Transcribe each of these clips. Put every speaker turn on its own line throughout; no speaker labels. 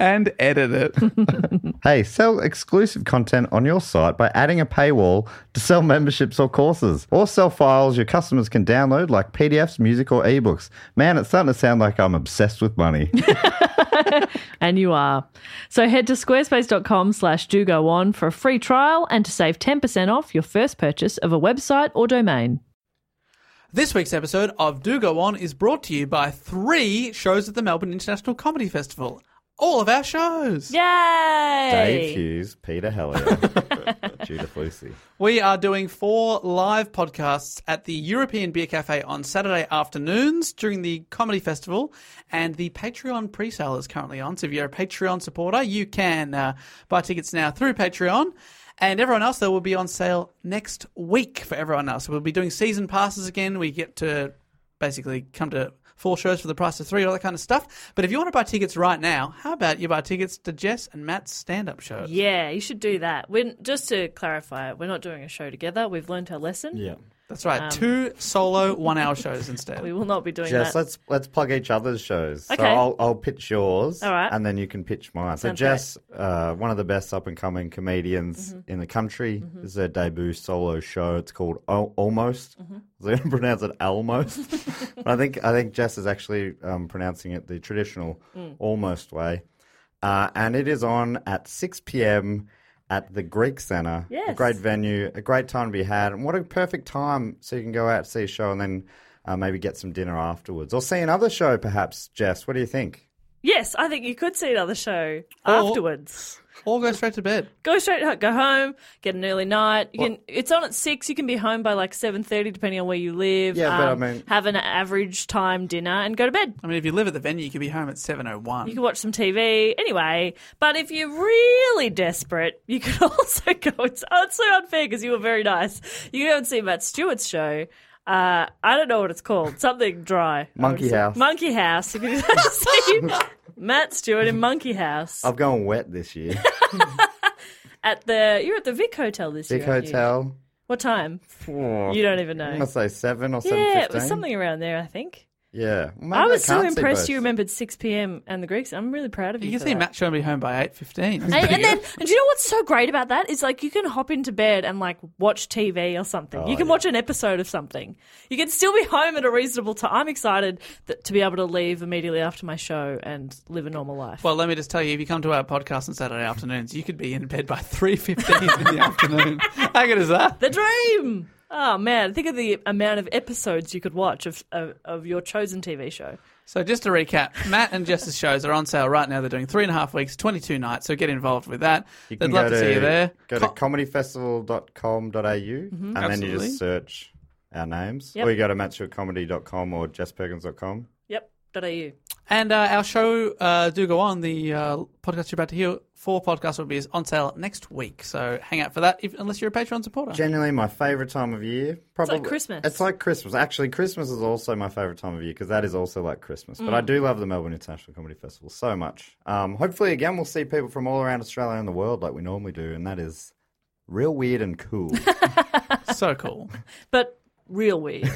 And edit it.
hey, sell exclusive content on your site by adding a paywall to sell memberships or courses, or sell files your customers can download like PDFs, music, or ebooks. Man, it's starting to sound like I'm obsessed with money.
And you are. So head to squarespace.com slash do go on for a free trial and to save 10% off your first purchase of a website or domain.
This week's episode of Do Go On is brought to you by three shows at the Melbourne International Comedy Festival. All of our shows.
Yay!
Dave Hughes, Peter Hellier, Judith Lucy.
We are doing four live podcasts at the European Beer Cafe on Saturday afternoons during the comedy festival, and the Patreon pre-sale is currently on. So if you're a Patreon supporter, you can uh, buy tickets now through Patreon. And everyone else, they will be on sale next week for everyone else. We'll be doing season passes again. We get to basically come to four shows for the price of three, all that kind of stuff. But if you want to buy tickets right now, how about you buy tickets to Jess and Matt's stand-up show?
Yeah, you should do that. We're, just to clarify, we're not doing a show together. We've learned our lesson. Yeah.
That's right. Two solo one-hour shows instead.
um, We will not be doing
Jess,
that.
let's let's plug each other's shows. So
Okay.
I'll I'll pitch yours,
All right.
and then you can pitch mine. So
Sounds
Jess, uh, one of the best up and coming comedians
Mm-hmm.
in the country, this is her debut solo show. It's called Al- Almost.
Mm-hmm.
Is it pronounce it almost? but I think I think Jess is actually um, pronouncing it the traditional
Mm.
almost way, uh, and it is on at six p.m. At the Greek Centre, a
Yes.
great venue, a great time to be had, and what a perfect time so you can go out see a show and then uh, maybe get some dinner afterwards or see another show, perhaps. Jess, what do you think?
Yes, I think you could see another show
Or-
afterwards.
Or go straight to bed.
Go straight, ho- go home, get an early night. You can, it's on at six. You can be home by like seven thirty, depending on where you live. um,
Yeah, but I mean-
have an average time dinner and go to bed.
I mean, if you live at the venue, you could be home at seven oh
You
one.
can watch some TV anyway. But if you're really desperate, you could also go. It's, oh, it's so unfair because you were very nice. You can go and see Matt Stewart's show. Uh, I don't know what it's called. Something dry.
Monkey House.
Monkey House. You can go see Matt Stewart in Monkey House
I've gone wet this year.
at the. You're at the Vic Hotel this
Big
year. aren't you?
hotel.
What time?
Four.
You don't even know.
I must say seven or seven
Yeah,
fifteen.
it was something around there. I think.
Yeah. Maybe
I was so
can't see
impressed
both.
you remembered 6 p.m. and the Greeks. I'm really proud of you.
You can
for
see
that.
Matt showing me home by eight fifteen.
And, and then, and do you know what's so great about that? Is like you can hop into bed and like watch TV or something. you can watch an episode of something. You can still be home at a reasonable time. I'm excited that, to be able to leave immediately after my show and live a normal life.
Well, let me just tell you, if you come to our podcast on Saturday afternoons, you could be in bed by three fifteen in the afternoon. How good is that?
the dream. Oh man, think of the amount of episodes you could watch of of, of your chosen TV show.
So just to recap, Matt and Jess's shows are on sale right now. They're doing three and a half weeks, 22 nights, so get involved with that.
You
They'd
can go
love to, see you there.
Go
Co-
to comedyfestival.com.au and then you
Absolutely.
just search our names.
Mm-hmm. Yep.
Or you go to matchfieldcomedy.com or jessperkins.com.
Yep. Dot au.
and uh, our show, uh, Do Go On, the uh, podcast you're about to hear, four podcasts will be is on sale next week. So hang out for that, if, unless you're a Patreon supporter.
Generally, my favorite time of year. Probably
Christmas.
It's like Christmas. Actually, Christmas is also my favorite time of year because that is also like Christmas.
Mm.
But I do love the Melbourne International Comedy Festival so much. Um, hopefully, again, we'll see people from all around Australia and the world like we normally do, and that is real weird and cool.
so cool.
But real weird.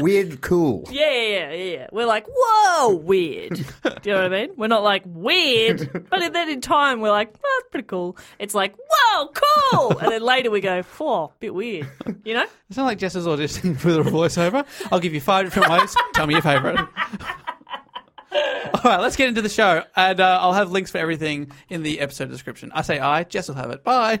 weird, cool.
Yeah, yeah, yeah, yeah, yeah. We're like, whoa, weird. Do you know what I mean? We're not like weird, but then in time we're like, well, that's pretty cool. It's like, whoa, cool. And then later we go, four, bit weird. You know?
It's not like Jess is auditioning for the voiceover. I'll give you five different ways. Tell me your favourite. All right, let's get into the show, and uh, I'll have links for everything in the episode description. I say I, Jess will have it. Bye.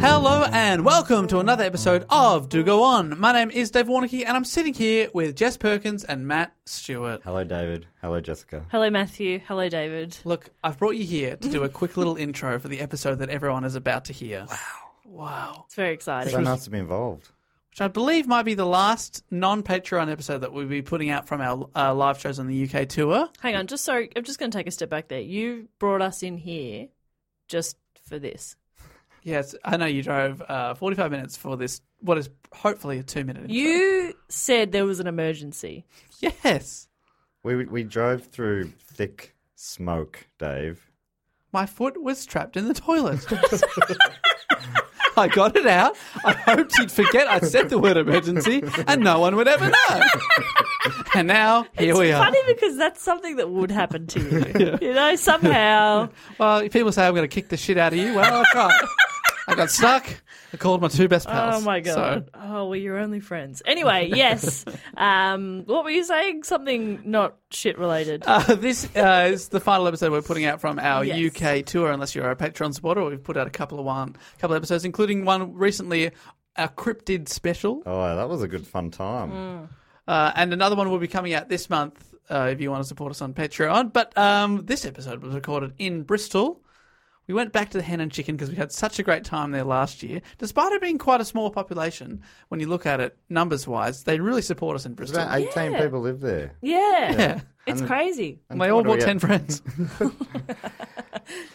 Hello and welcome to another episode of Do Go On. My name is Dave Warnocky, and I'm sitting here with Jess Perkins and Matt Stewart.
Hello, David. Hello, Jessica.
Hello, Matthew. Hello, David.
Look, I've brought you here to do a quick little intro for the episode that everyone is about to hear. Wow. Wow.
It's very
So
exciting.
nice to be involved.
Which I believe might be the last non Patreon episode that we'll be putting out from our uh, live shows on the UK tour.
Hang on, just sorry. I'm just going to take a step back there. You brought us in here just for this.
Yes, I know you drove uh, 45 minutes for this, what is hopefully a two minute intro.
You said there was an emergency.
Yes.
We we drove through thick smoke, Dave.
My foot was trapped in the toilet. I got it out. I hoped you'd forget I said the word emergency and no one would ever know. And now, here we are.
Funny because that's something that would happen to you. You know, somehow.
Well, if people say I'm going to kick the shit out of you, well, I can't. I got stuck. I called my two best pals.
Oh my god!
So,
Oh, well, you're only friends. Anyway, yes. um, what were you saying? Something not shit related.
uh, this uh, is the final episode we're putting out from our
Yes.
UK tour. Unless you're a Patreon supporter, we've put out a couple of one, couple of episodes, including one recently, a cryptid special,
Oh, that was a good fun time.
Mm.
uh, and another one will be coming out this month. Uh, if you want to support us on Patreon, but um, this episode was recorded in Bristol. We went back to the hen and chicken because we had such a great time there last year. Despite it being quite a small population, when you look at it numbers wise, they really support us in
There's
Bristol.
about 18 people live there.
yeah,
Yeah.
it's crazy.
And they all
what do we
bought
get?
10 friends.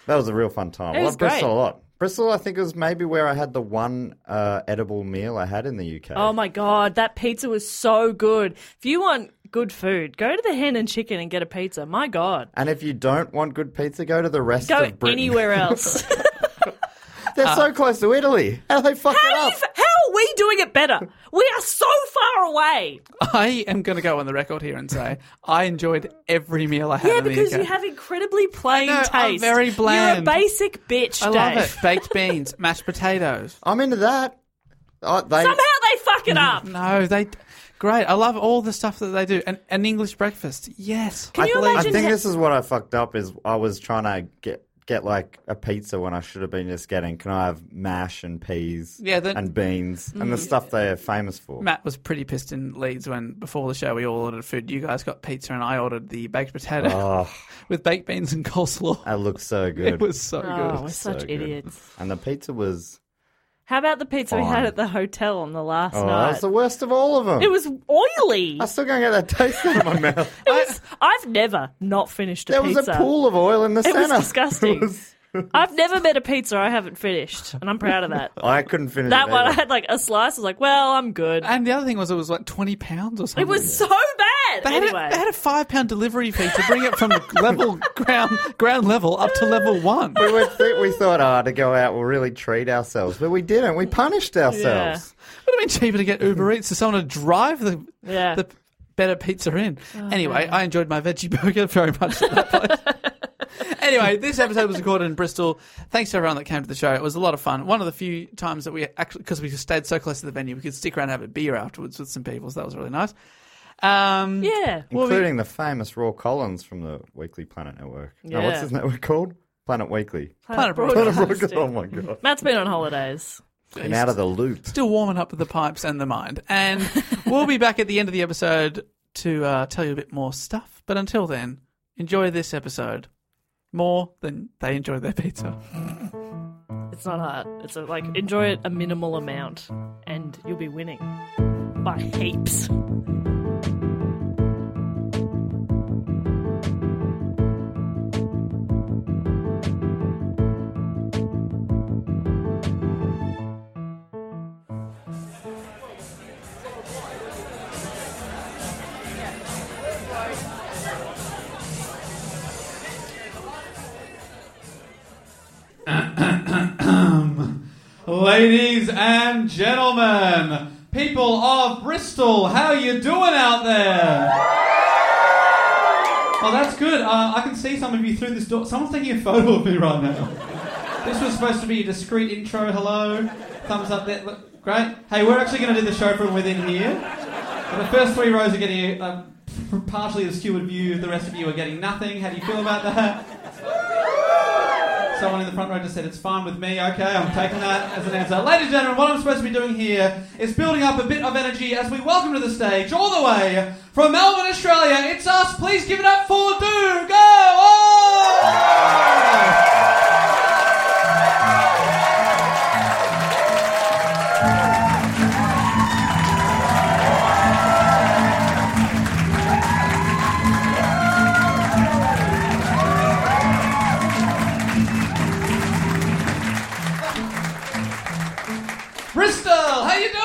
That was a real fun time.
It
I
was
love Bristol
great.
a lot. Bristol, I think, was maybe where I had the one uh, edible meal I had in the UK.
Oh my god, that pizza was so good. If you want good food, go to the Hen and Chicken and get a pizza. My god,
And if you don't want good pizza, go to the rest
go
of Britain.
anywhere else.
They're so close to Italy. How do they fuck it up?
How are we doing it better? We are so far away.
I am going to go on the record here and say I enjoyed every meal I had
Yeah,
in the
because
UK.
you have incredibly plain
I know,
taste.
I'm very bland.
You're a basic bitch,
I
Dave.
love it. Baked beans, mashed potatoes.
I'm into that. Oh, they,
Somehow they fuck it up.
Mm. No, they great. I love all the stuff that they do. And an English breakfast. Yes.
Can you
believe-
I
imagine-
think this is what I fucked up is I was trying to get get like a pizza when I should have been just getting can I have mash and peas
Yeah, the-
and beans and the
Mm.
stuff they are famous for.
Matt was pretty pissed in Leeds when before the show we all ordered food. You guys got pizza and I ordered the baked potato
Oh,
with baked beans and coleslaw.
that looks so good.
It was so
Oh, we're
good.
So
such
good.
idiots.
And the pizza was
How about the pizza we had
Fine.
at the hotel on the last
oh, that
night?
was the worst of all of them.
It was oily.
I still can't get that taste out of my mouth.
It was- I've never not finished a
There was
pizza.
a pool of oil in the
It
center.
was disgusting. I've never met a pizza I haven't finished, and I'm proud of that.
I couldn't finish
that
it
one, I
either.
had like a slice. I was like, well, I'm good.
And the other thing was it was like 20 pounds or something.
It was so bad.
They had,
anyway,
a, they had a five pound delivery fee to bring it from level ground ground level up to level one.
We, were th- we thought, ah, to go out, we'll really treat ourselves. But we didn't. We punished ourselves.
Would have been cheaper to get Uber Eats to someone to drive the
Yeah. Oh,
the
better pizza in. anyway, I enjoyed my veggie burger very much at that place. anyway, this episode was recorded in Bristol. Thanks to everyone that came to the show. It was a lot of fun. One of the few times that we actually, because we stayed so close to the venue, we could stick around and have a beer afterwards with some people. So that was really nice. Um,
Yeah.
Well, we-
Including the famous Raw Collins from the Weekly Planet Network. No, what's
Yeah.
his network called? Planet Weekly.
Planet
Planet
Broadcast.
Rocket. Oh my god.
Matt's been on holidays.
And out of the loop.
Still warming up with the pipes and the mind. And we'll be back at the end of the episode to uh, tell you a bit more stuff. But until then, enjoy this episode more than they enjoy their pizza.
Oh.
It's not hard. It's a, like enjoy it a minimal amount, and you'll be winning by heaps.
Ladies and gentlemen, people of Bristol, how you doing out there? Well, that's good. Uh, I can see some of you through this door. Someone's taking a photo of me right now. This was supposed to be a discreet intro. Hello, thumbs up there. Look, Great. Hey, we're actually going to do the show from within here. The first three rows are getting uh, partially the skewered view. The rest of you are getting nothing. How do you feel about that? Someone in the front row just said it's fine with me. Okay, I'm taking that as an answer. Ladies and gentlemen, what I'm supposed to be doing here is building up a bit of energy as we welcome to the stage, all the way from Melbourne, Australia. It's us. Please give it up for Do Go. Oh! Bristol, how you doing?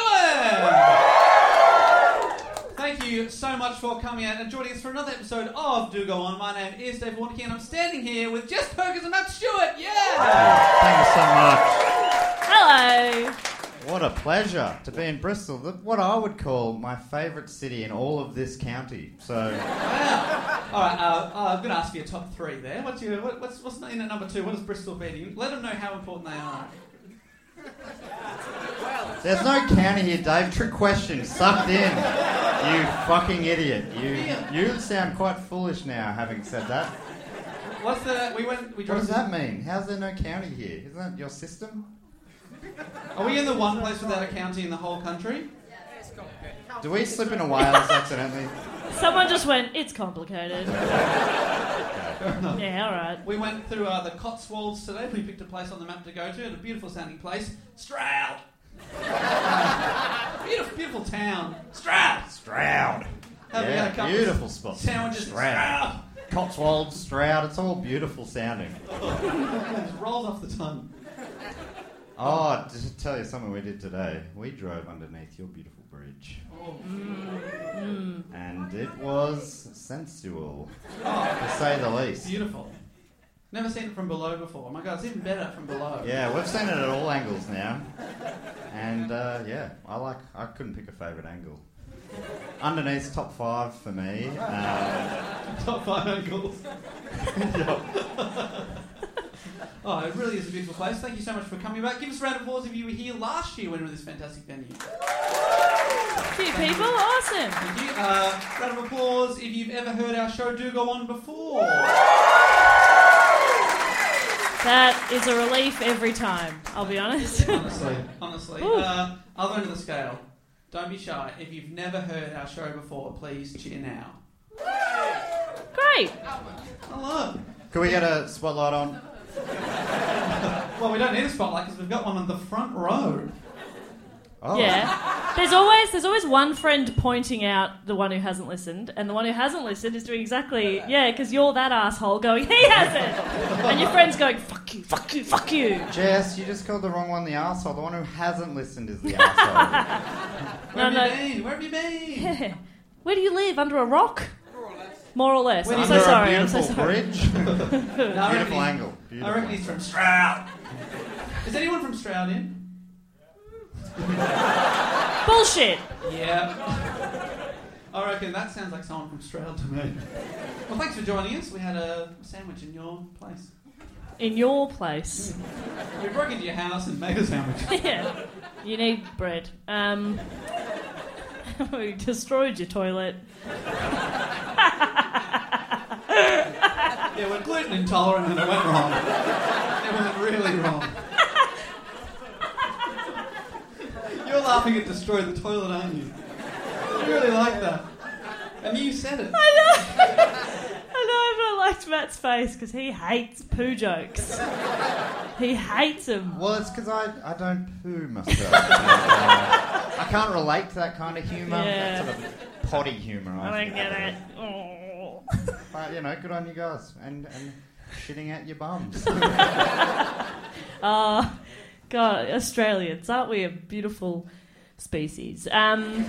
Thank you so much for coming out and joining us for another episode of Do Go On. My name is Dave Warnicky and I'm standing here with Jess Perkins and Matt Stewart. Yeah!
Thank you so much.
Hello.
What a pleasure to be in Bristol, the- what I would call my favourite city in all of this county. So,
All right, uh, uh, I'm going to ask for your top three there. What's your what, what's what's in at number two? What is Bristol beating? Let them know how important they are.
there's no county here, Dave. Trick question, sucked in. You fucking idiot. You you sound quite foolish now, having said that.
What's the we went we
What
drove?
does that mean? How's there no county here? Isn't that your system?
Are we in the one place without a county in the whole country?
Do we slip into Wales accidentally?
Someone just went. It's complicated. yeah. All right.
We went through uh, the Cotswolds today. We picked a place on the map to go to, and a beautiful sounding place, Stroud. beautiful, beautiful town, Stroud.
Stroud.
Have we had a
Yeah,
couple
beautiful spot.
Sandwiches,
Stroud.
Stroud.
Cotswold, Stroud, it's all beautiful sounding.
Just rolls off the tongue.
Oh, just to tell you something we did today. We drove underneath your beautiful bridge.
Oh.
And it was sensual, to say the least.
Beautiful. Never seen it from below before. Oh my god, it's even better from below.
Yeah, we've seen it at all angles now. And uh, yeah, I like. I couldn't pick a favourite angle. Underneath top five for me. Uh,
Top five angles. oh, it really is a beautiful place. Thank you so much for coming back. Give us a round of applause if you were here last year when we were at this fantastic venue.
Few people. Awesome.
Thank you. Uh, round of applause if you've ever heard our show Do Go On before.
That is a relief every time. I'll be honest.
Honestly, honestly. Uh, other end of the scale. Don't be shy. If you've never heard our show before, please cheer now.
Great.
Hello.
can we get a spotlight on?
Well, we don't need a spotlight because we've got one on the front row.
Oh,
Yeah. There's always there's always one friend pointing out the one who hasn't listened, and the one who hasn't listened is doing exactly yeah, because you're that asshole going he hasn't, and your friend's going fuck you, fuck you, fuck you.
Jess, you just called the wrong one the asshole. The one who hasn't listened is the asshole.
Where
No,
have you
no.
been? Where have you been?
Where do you live? Under a rock? More or less. I'm so
Under a
sorry. I'm
Beautiful
so sorry.
bridge.
No, I reckon
beautiful
he's-
angle. Beautiful.
I reckon he's from Stroud. Is anyone from Stroud in?
Bullshit.
Yeah. I reckon that sounds like someone from Stroud to me. Well, thanks for joining us. We had a sandwich in your place.
In your place.
We broke into your house and made a sandwich.
yeah. You need bread. Um, we destroyed your toilet.
yeah, we're gluten intolerant and it went wrong. It went really wrong. You're laughing at destroy the toilet, aren't you? You really like that. And you said it.
I know, but I liked Matt's face because he hates poo jokes. he hates them.
Well, it's because I, I don't poo myself. Uh, I can't relate to that kind of humour.
Yeah.
That sort of potty humour.
I
think.
don't get it. Oh.
But, you know, good on you guys. And, and shitting out your bums.
Ah, God, Australians, aren't we a beautiful species? Um,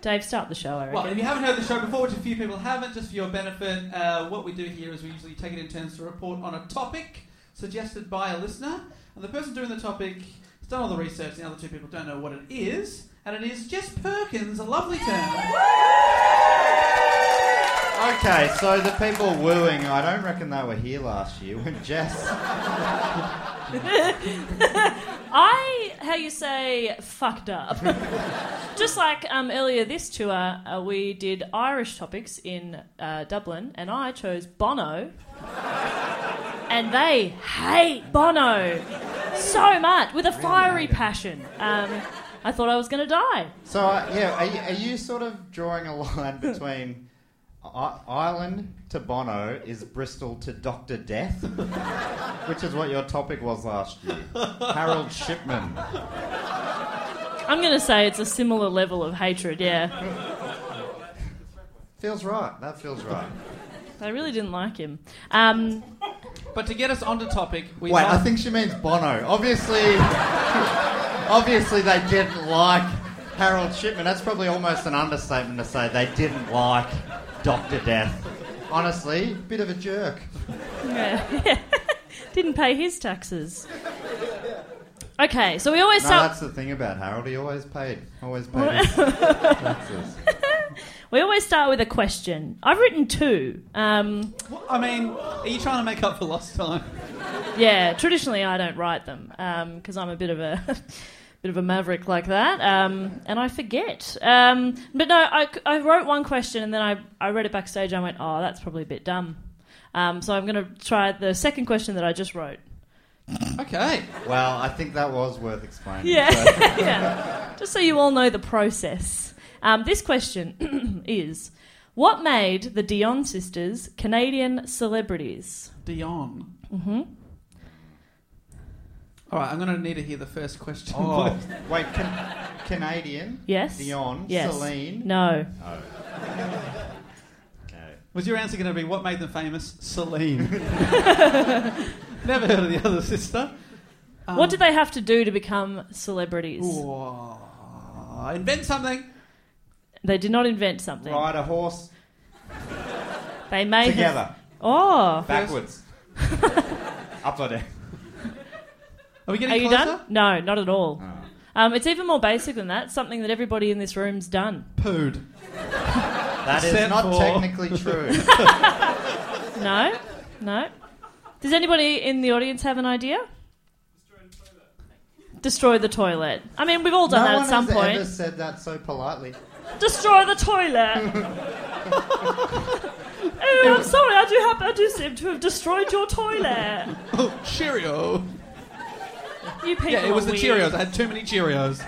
Dave, start the show, I reckon.
Well, if you haven't heard the show before, which a few people haven't, just for your benefit, uh, what we do here is we usually take it in turns to report on a topic suggested by a listener, and the person doing the topic has done all the research, and the other two people don't know what it is, and it is Jess Perkins, a lovely term.
okay, so the people wooing, I don't reckon they were here last year when Jess.
I, how you say, fucked up. Just like um, earlier this tour, uh, we did Irish topics in uh, Dublin, and I chose Bono. and they hate Bono so much with a fiery passion. Um, I thought I was going to die.
So, uh, yeah, are you, are you sort of drawing a line between I- Ireland to Bono is Bristol to Dr. Death? Which is what your topic was last year. Harold Shipman.
I'm going to say it's a similar level of hatred, yeah.
Feels right. That feels right.
I really didn't like him. Um,
But to get us onto topic, we
Wait, I
asked-
think she means Bono. Obviously, obviously they didn't like Harold Shipman. That's probably almost an understatement to say they didn't like Doctor Death. Honestly, bit of a jerk.
yeah. didn't pay his taxes. Okay, so we always
No,
start.
that's the thing about Harold. He always paid. Always paid. his taxes.
We always start with a question. I've written two. Um,
I mean, are you trying to make up for lost time?
yeah, traditionally I don't write them because I'm a bit of a bit of a maverick like that, um, and I forget. Um, but no, I, I wrote one question and then I, I read it backstage. and I went, oh, that's probably a bit dumb. Um, so I'm going to try the second question that I just wrote.
Okay.
Well, I think that was worth explaining.
Yeah.
So,
yeah. Just so you all know the process. Um, this question is What made the Dion sisters Canadian celebrities?
Dion. Mm-hmm. All right, I'm going to need to hear the first question.
oh,
please.
wait, can, Canadian?
Yes.
Dion.
Yes.
Celine.
No.
Okay.
Was your answer going to be what made them famous? Celine. Never heard of the other sister. Um,
what did they have to do to become celebrities?
Whoa. Invent something.
They did not invent something.
Ride a horse
They made.
together.
Oh.
Backwards. Up or down.
Are we getting
Are you
closer? Oh.
done? No, not at all. Um, it's even more basic than that. Something that everybody in this room's done.
Pooed.
That is
Except
not
for-
technically true.
No, no. Does anybody in the audience have an idea? Destroy the toilet. I mean, we've all done
no
that
one
at some
has
point.
ever said that so politely.
Destroy the toilet. oh, I'm sorry. I do have. I do seem to have destroyed your toilet.
Oh, Cheerio.
You people.
Yeah, it was
are
the
weird.
Cheerios. I had too many Cheerios.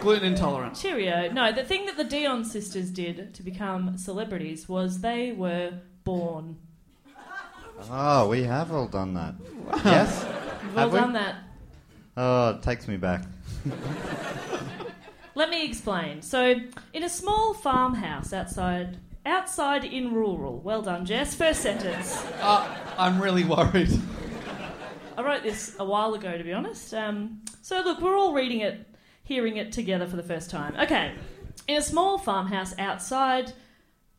Gluten intolerant.
Cheerio. No, the thing that the Dion sisters did to become celebrities was they were born.
Oh, we have all done that. Yes?
We've all
Have we?
done that.
Oh, it takes me back.
Let me explain. So, in a small farmhouse outside, outside in rural. Well done, Jess. First sentence.
Uh, I'm really worried.
I wrote this a while ago, to be honest. Um, so, look, we're all reading it, hearing it together for the first time. Okay. In a small farmhouse outside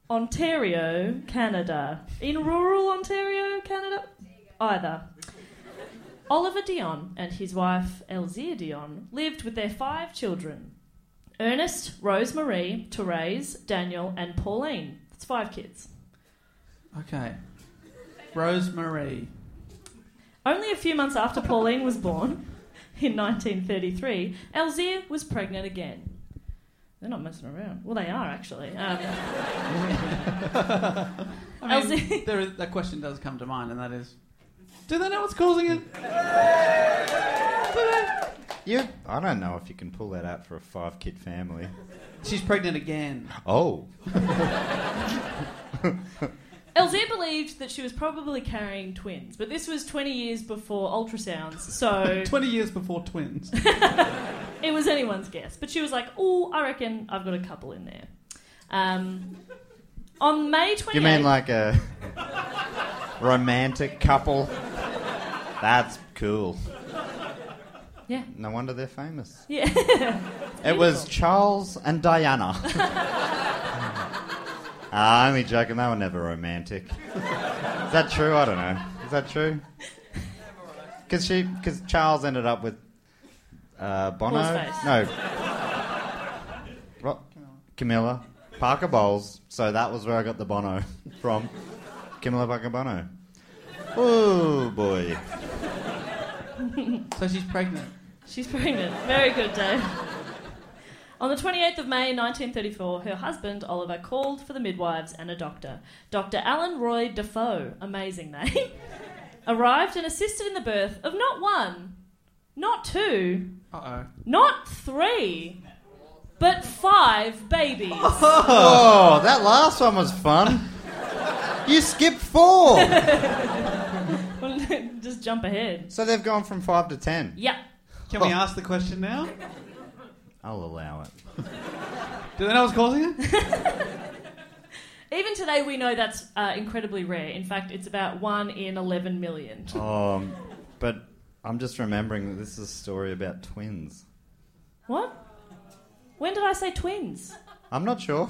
Ontario, Canada. In rural Ontario, Canada? Either. Oliver Dion and his wife, Elzia Dion, lived with their five children Ernest, Rosemarie, Therese, Daniel, and Pauline. That's five kids.
Okay. Rosemary.
Only a few months after Pauline was born, in 1933, Alzia was pregnant again. They're not messing around. Well, they are actually. Um,
I mean,
Elsie.
there is, that question does come to mind, and that is, do they know what's causing it? Do they?
You, I don't know if you can pull that out for a five kid family.
She's pregnant again.
Oh,
Elzia believed that she was probably carrying twins, but this was 20 years before ultrasounds, so
Twenty years before twins.
it was anyone's guess. But she was like, "Oh, I reckon I've got a couple in there." Um, on May 28th,
you mean like a romantic couple? That's cool.
yeah,
No wonder they're famous.
yeah.
It was Charles and Diana. Ah, only joking. They were never romantic. Is that true? I don't know. Is that true? Because she, because Charles ended up with uh, Bono.
What's-face.
No, Ro- Camilla Parker Bowles. So that was where I got the Bono from. Camilla Parker Bono. Oh boy.
so she's pregnant.
She's pregnant. Very good, Dave. On the 28th of May 1934, her husband, Oliver, called for the midwives and a doctor. Dr. Alan Roy Defoe, amazing name, arrived and assisted in the birth of not one, not two,
Uh
not three, but five babies.
Oh, that last one was fun. You skipped four.
Just jump ahead.
So they've gone from five to ten.
Yep.
oh. Can we ask the question now?
I'll allow it.
Do they know what's causing it?
Even today, we know that's uh, incredibly rare. In fact, it's about one in 11 million.
Um, but I'm just remembering that this is a story about twins.
What? When did I say twins?
I'm not sure.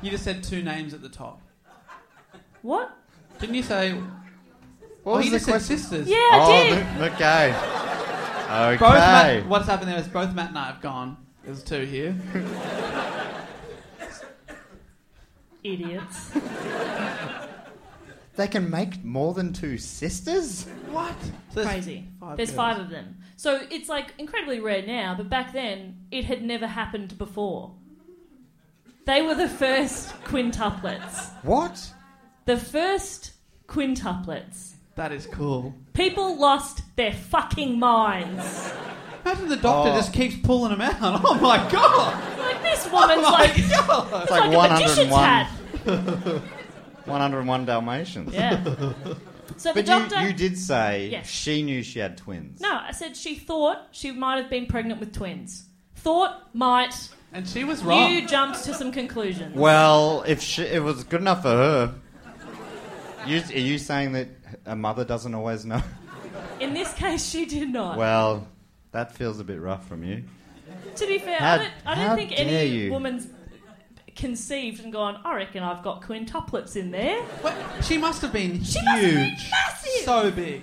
You just said two names at the top.
What?
Didn't you say?
What
Oh,
was
you
the
just said
question?
sisters.
Yeah,
oh,
I did.
th- okay. Okay.
Both Matt, what's happened there is both Matt and I have gone. There's two here.
Idiots.
They can make more than two sisters.
What? So there's
Crazy.
five
There's
girls.
five of them. So it's like incredibly rare now, but back then it had never happened before. They were the first quintuplets.
What?
The first quintuplets.
That is cool.
People lost their fucking minds.
Imagine the doctor
Oh.
just keeps pulling them out. Oh my god!
Like this
Oh
woman's
my
like, it's
god!
It's
like, a magician's hat.
101 Dalmatians.
Yeah. So the
But
doctor.
you, you did say
Yes.
she knew she had twins.
No, I said she thought she might have been pregnant with twins. Thought might.
And she was wrong.
You jumped to some conclusions.
Well, if she, it was good enough for her. You, are you saying that a mother doesn't always know?
In this case, she did not.
Well, that feels a bit rough from you.
to be fair,
How-
I don't, I
how
don't think
dare
any
you.
woman's conceived and gone, I reckon I've got quintuplets in there.
Wait, she must have been
She
huge.
must have been massive.
So big.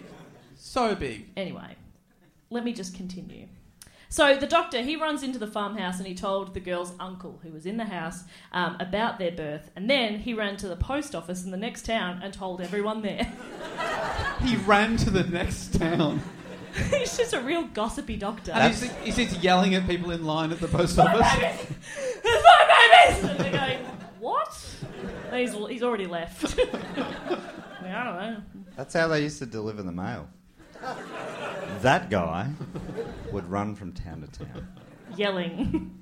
So big.
Anyway, let me just continue. So the doctor, he runs into the farmhouse and he told the girl's uncle, who was in the house, um, about their birth. And then he ran to the post office in the next town and told everyone there.
He ran to the next town.
He's just a real gossipy doctor.
And he's, he's just yelling at people in line at the post office.
There's my babies! And they're going, what? And he's, he's already left. I don't know.
That's how they used to deliver the mail. That guy would run from town to town.
yelling,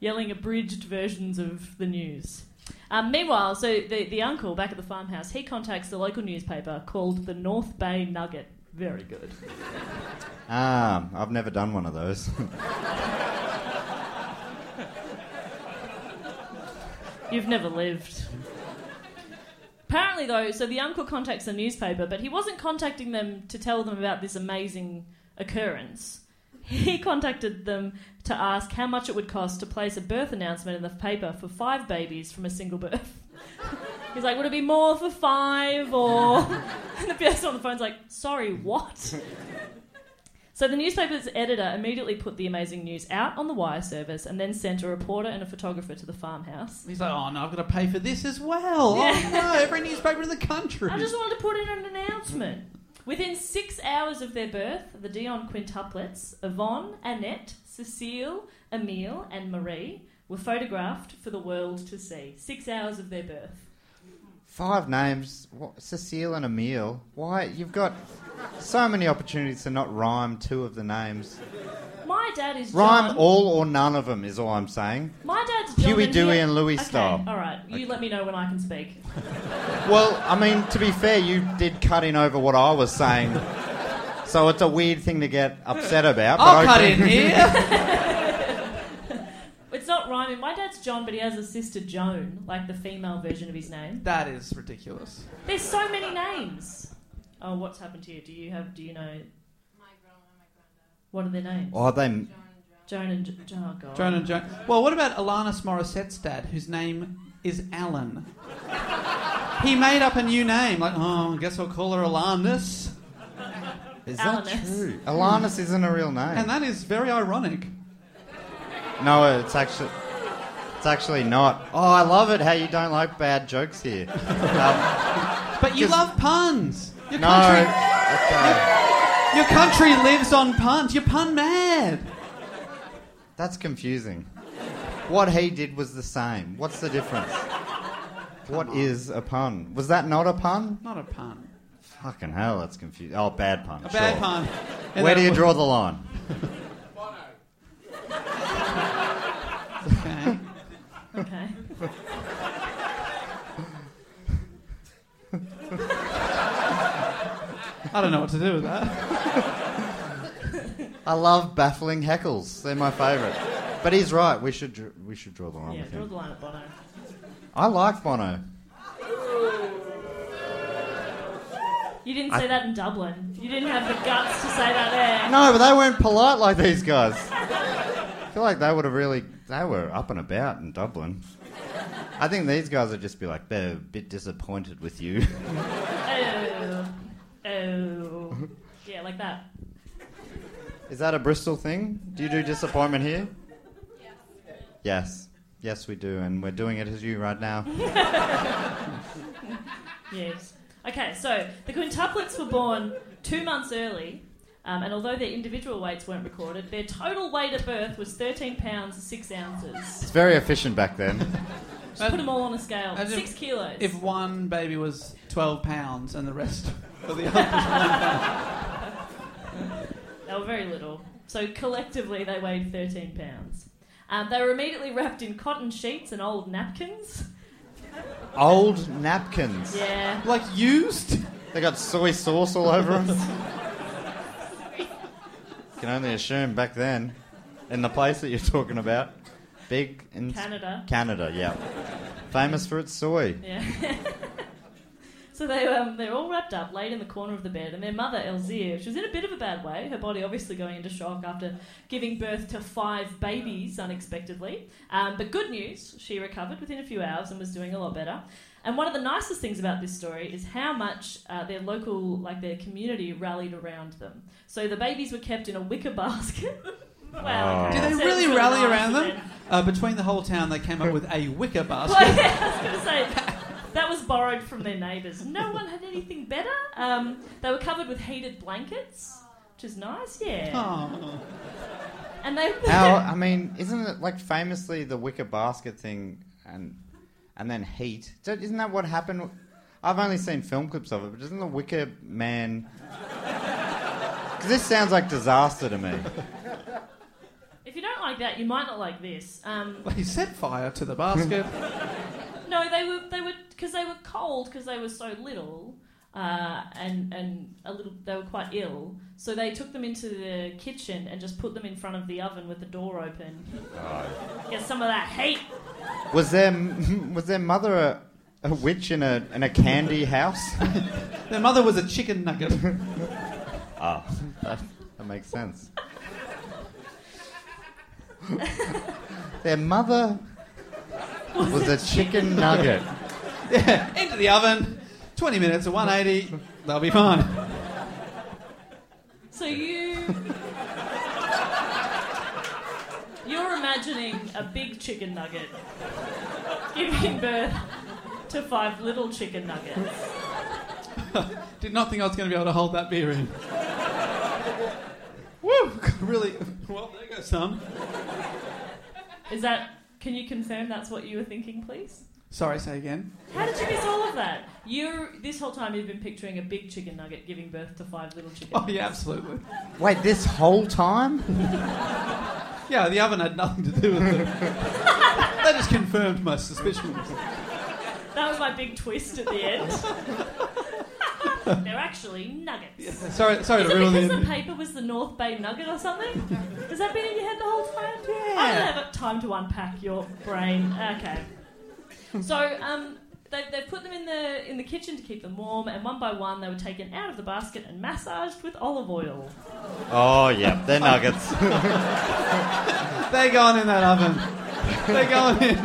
yelling abridged versions of the news. Um, meanwhile, so the, the uncle back at the farmhouse, he contacts the local newspaper called the North Bay Nugget. Very good.
Ah, I've never done one of those.
You've never lived. Apparently, though, so the uncle contacts the newspaper, but he wasn't contacting them to tell them about this amazing occurrence. He contacted them to ask how much it would cost to place a birth announcement in the paper for five babies from a single birth. He's like, would it be more for five or. And the person on the phone's like, sorry, what? So the newspaper's editor immediately put the amazing news out on the wire service and then sent a reporter and a photographer to the farmhouse.
He's like, oh no, I've got to pay for this as well. Oh no, every newspaper in the country.
I just wanted to put in an announcement. Within six hours of their birth, the Dion quintuplets, Yvonne, Annette, Cecile, Emile, and Marie, were photographed for the world to see. Six hours of their birth.
Five names, what, Cecile and Emile. Why? You've got so many opportunities to not rhyme two of the names.
My dad is
Rhyme
John.
all or none of them is all I'm saying.
My dad's John.
Huey,
and
Dewey
he-
and Louie
okay,
style.
All right, you let me know when I can speak.
Well, I mean, to be fair, you did cut in over what I was saying. So it's a weird thing to get upset about. But
I'll cut
okay.
in here.
It's not rhyming. My dad's John, but he has a sister Joan, like the female version of his name.
that is ridiculous.
There's so many names. Oh, what's happened to you? Do you have? Do you know? What are their names?
Oh, they
Joan and Jo- Jo- oh God.
Joan and Joan. Well, what about Alanis Morissette's dad, whose name is Alan? he made up a new name. Like, oh, I guess I'll call her Alanis.
is that
Alanis.
true? Alanis isn't a real name.
And that is very ironic.
No, it's actually it's actually not. Oh, I love it how you don't like bad jokes here. Um,
But you
Because-
love puns. Your
no, uh,
country,
okay.
your country lives on puns. You're pun mad.
that's confusing. What he did was the same. What's the difference? What is a pun? Was that not a pun?
Not a pun.
Fucking hell, that's confusing. Oh, bad pun.
A bad
sure.
pun. And
Where do
that
you
was-
draw the line?
Okay.
Okay.
I don't know what to do with that.
I love baffling heckles. They're my favourite. But he's right. We should dr- we should draw the line.
Yeah,
with
draw
him.
the line at Bono.
I like Bono.
You didn't say that in Dublin. You didn't have the guts to say that there.
No, but they weren't polite like these guys. I feel like they would have really. They were up and about in Dublin. I think these guys would just be like, they're a bit disappointed with you.
Oh, oh, yeah, like that.
Is that a Bristol thing? Do you do disappointment here? Yes. Yes, we do, and we're doing it as you right now.
Yes. Okay, so the quintuplets were born two months early, um, and although their individual weights weren't recorded, their total weight at birth was 13 pounds, 6 ounces.
It's very efficient back then.
Just put them all on a scale.
Imagine
6 kilos.
If one baby was 12 pounds and the rest of the others.
They were very little. So collectively, they weighed 13 pounds. Um, they were immediately wrapped in cotton sheets and old napkins.
Old napkins.
Yeah.
Like used?
They got soy sauce all over them. Can only assume back then, in the place that you're talking about, big in
Canada.
Canada, yeah, famous for its soy.
Yeah. so they um, they're all wrapped up, laid in the corner of the bed, and their mother Elzia, she was in a bit of a bad way. Her body obviously going into shock after giving birth to five babies unexpectedly. Um, but good news, she recovered within a few hours and was doing a lot better. And one of the nicest things about this story is how much uh, their local, like their community, rallied around them. So the babies were kept in a wicker basket. wow. okay,
Did
that
they
sounds
really rally
nice,
around
isn't
them? Uh, between the whole town, they came up with a wicker
Well,
basket.
yeah, I was going to say that was borrowed from their neighbours. No one had anything better. Um, they were covered with heated blankets, which is nice. Yeah,
Oh.
and they
How? uh I mean, isn't it like famously the wicker basket thing, and and then heat? Don't- Isn't that what happened? I've only seen film clips of it, but doesn't the wicker man? Because this sounds like disaster to me.
if you don't like that, you might not like this. Um,
He set fire to the basket.
no, they were they were because they were cold because they were so little. Uh, and and a little, they were quite ill, so they took them into the kitchen and just put them in front of the oven with the door open. Get some of that heat.
Was their was their mother a, a witch in a in a candy house?
Their mother was a chicken nugget.
that, that makes sense. their mother was a chicken nugget.
Into the oven. 20 minutes at 180. They'll be fine.
So you a big chicken nugget, giving birth to five little chicken nuggets.
Did not think I was going to be able to hold that beer in. Woo! Really? Well, there goes some.
Is that? Can you confirm that's what you were thinking, please?
Sorry, say again.
How did you miss all of that? You this whole time you've been picturing a big chicken nugget giving birth to five little chicken.
Oh, yeah, absolutely.
Wait, this whole time?
Yeah, the oven had nothing to do with it. that just confirmed my suspicions.
That was my big twist at the end. They're actually nuggets.
Sorry, sorry
Is
to
it
ruin the
because the
ending.
paper was the North Bay nugget or something? Has that been in your head the whole time? Yeah. I don't have time to unpack your brain. Okay. So um, they, they've put them in the in the kitchen to keep them warm, and one by one they were taken out of the basket and massaged with olive oil.
Oh, yeah, they're nuggets.
They're going in that oven. They're going in.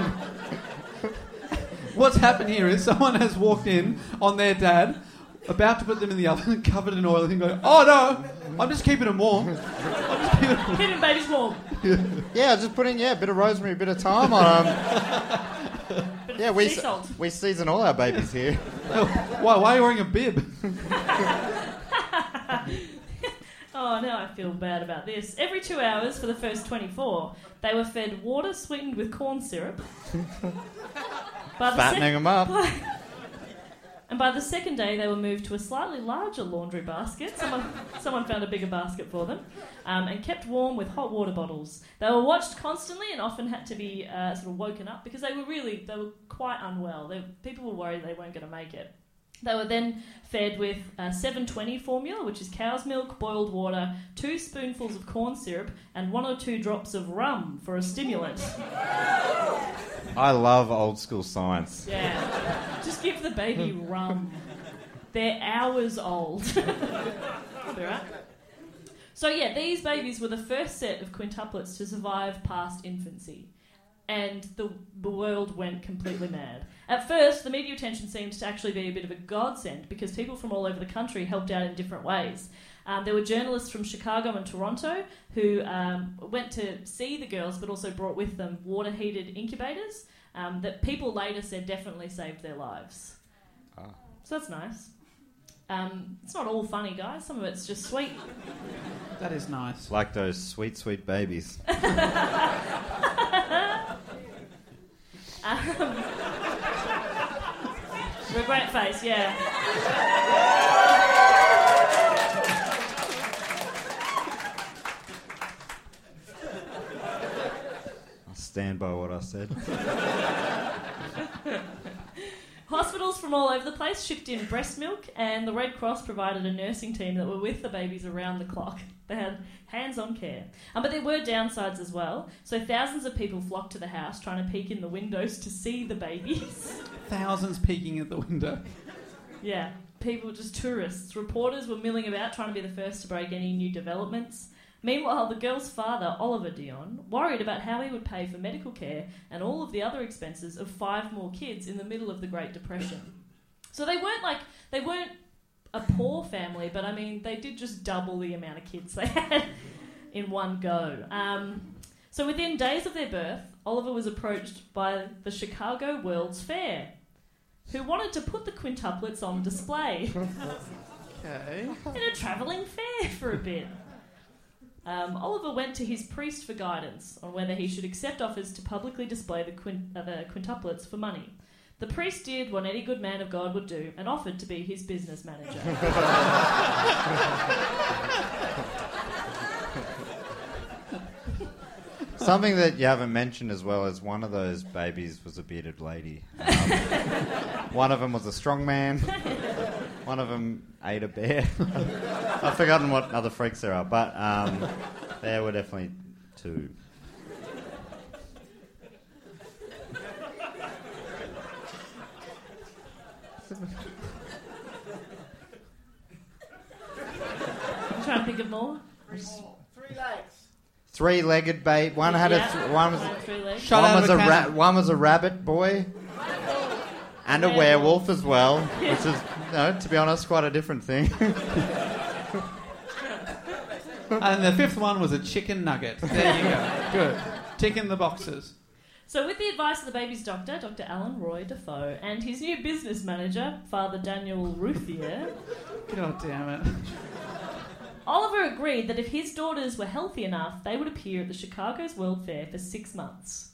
What's happened here is someone has walked in on their dad, about to put them in the oven, covered in oil, and going, "Oh no, I'm just keeping them warm."
Keeping babies warm.
yeah, just put in, yeah, a bit of rosemary, a bit of thyme on 'em.
Bit of
Yeah, we,
sea
se-
salt.
we season all our babies here.
Why? Why are you wearing a bib?
Oh, now I feel bad about this. Every two hours for the first 24, they were fed water sweetened with corn syrup. By the
Fattening them up.
And by the second day, they were moved to a slightly larger laundry basket. Someone, someone found a bigger basket for them um, and kept warm with hot water bottles. They were watched constantly and often had to be uh, sort of woken up because they were really, they were quite unwell. They, people were worried they weren't going to make it. They were then fed with uh, 720 formula, which is cow's milk, boiled water, two spoonfuls of corn syrup, and one or two drops of rum for a stimulant.
I love old school science.
Yeah. Just give the baby rum. They're hours old. I'll be right. So, yeah, these babies were the first set of quintuplets to survive past infancy. And the, the world went completely mad. At first, the media attention seemed to actually be a bit of a godsend because people from all over the country helped out in different ways. Um, there were journalists from Chicago and Toronto who um, went to see the girls but also brought with them water heated incubators um, that people later said definitely saved their lives. So that's nice. Um, it's not all funny, guys. Some of it's just sweet.
That is nice.
Like those sweet, sweet babies.
Regret face, yeah.
I stand by what I said.
Hospitals from all over the place shipped in breast milk, and the Red Cross provided a nursing team that were with the babies around the clock. They had hands on care. Um, but there were downsides as well. So thousands of people flocked to the house trying to peek in the windows to see the babies.
Thousands peeking at the window.
Yeah, people, just tourists. Reporters were milling about trying to be the first to break any new developments. Meanwhile, the girl's father, Oliver Dion, worried about how he would pay for medical care and all of the other expenses of five more kids in the middle of the Great Depression. So they weren't like, they weren't a poor family, but I mean, they did just double the amount of kids they had in one go. Um, so within days of their birth, Oliver was approached by the Chicago World's Fair, who wanted to put the quintuplets on display
Okay.
in a travelling fair for a bit. Um, Oliver went to his priest for guidance on whether he should accept offers to publicly display the, quint- uh, the quintuplets for money. The priest did what any good man of God would do and offered to be his business manager.
Something that you haven't mentioned as well is one of those babies was a bearded lady. Um, one of them was a strong man. One of them ate a bear. I've forgotten what other freaks there are, but um, there were definitely two.
I'm trying to think of more.
Three-legged babe. One had a.
Yeah.
Th- one was.
One had three legs.
Shot
one
out
was
of a
a ra-
cannon.
one was a rabbit boy, and a
Werewolf.
werewolf as well, which is, no, to be honest, quite a different thing.
and the fifth one was a chicken nugget. There you go. Good. Tick in the boxes.
So, with the advice of the baby's doctor, Dr. Alan Roy Defoe, and his new business manager, Father Daniel Ruthier,
God damn it.
Oliver agreed that if his daughters were healthy enough, they would appear at the Chicago's World Fair for six months.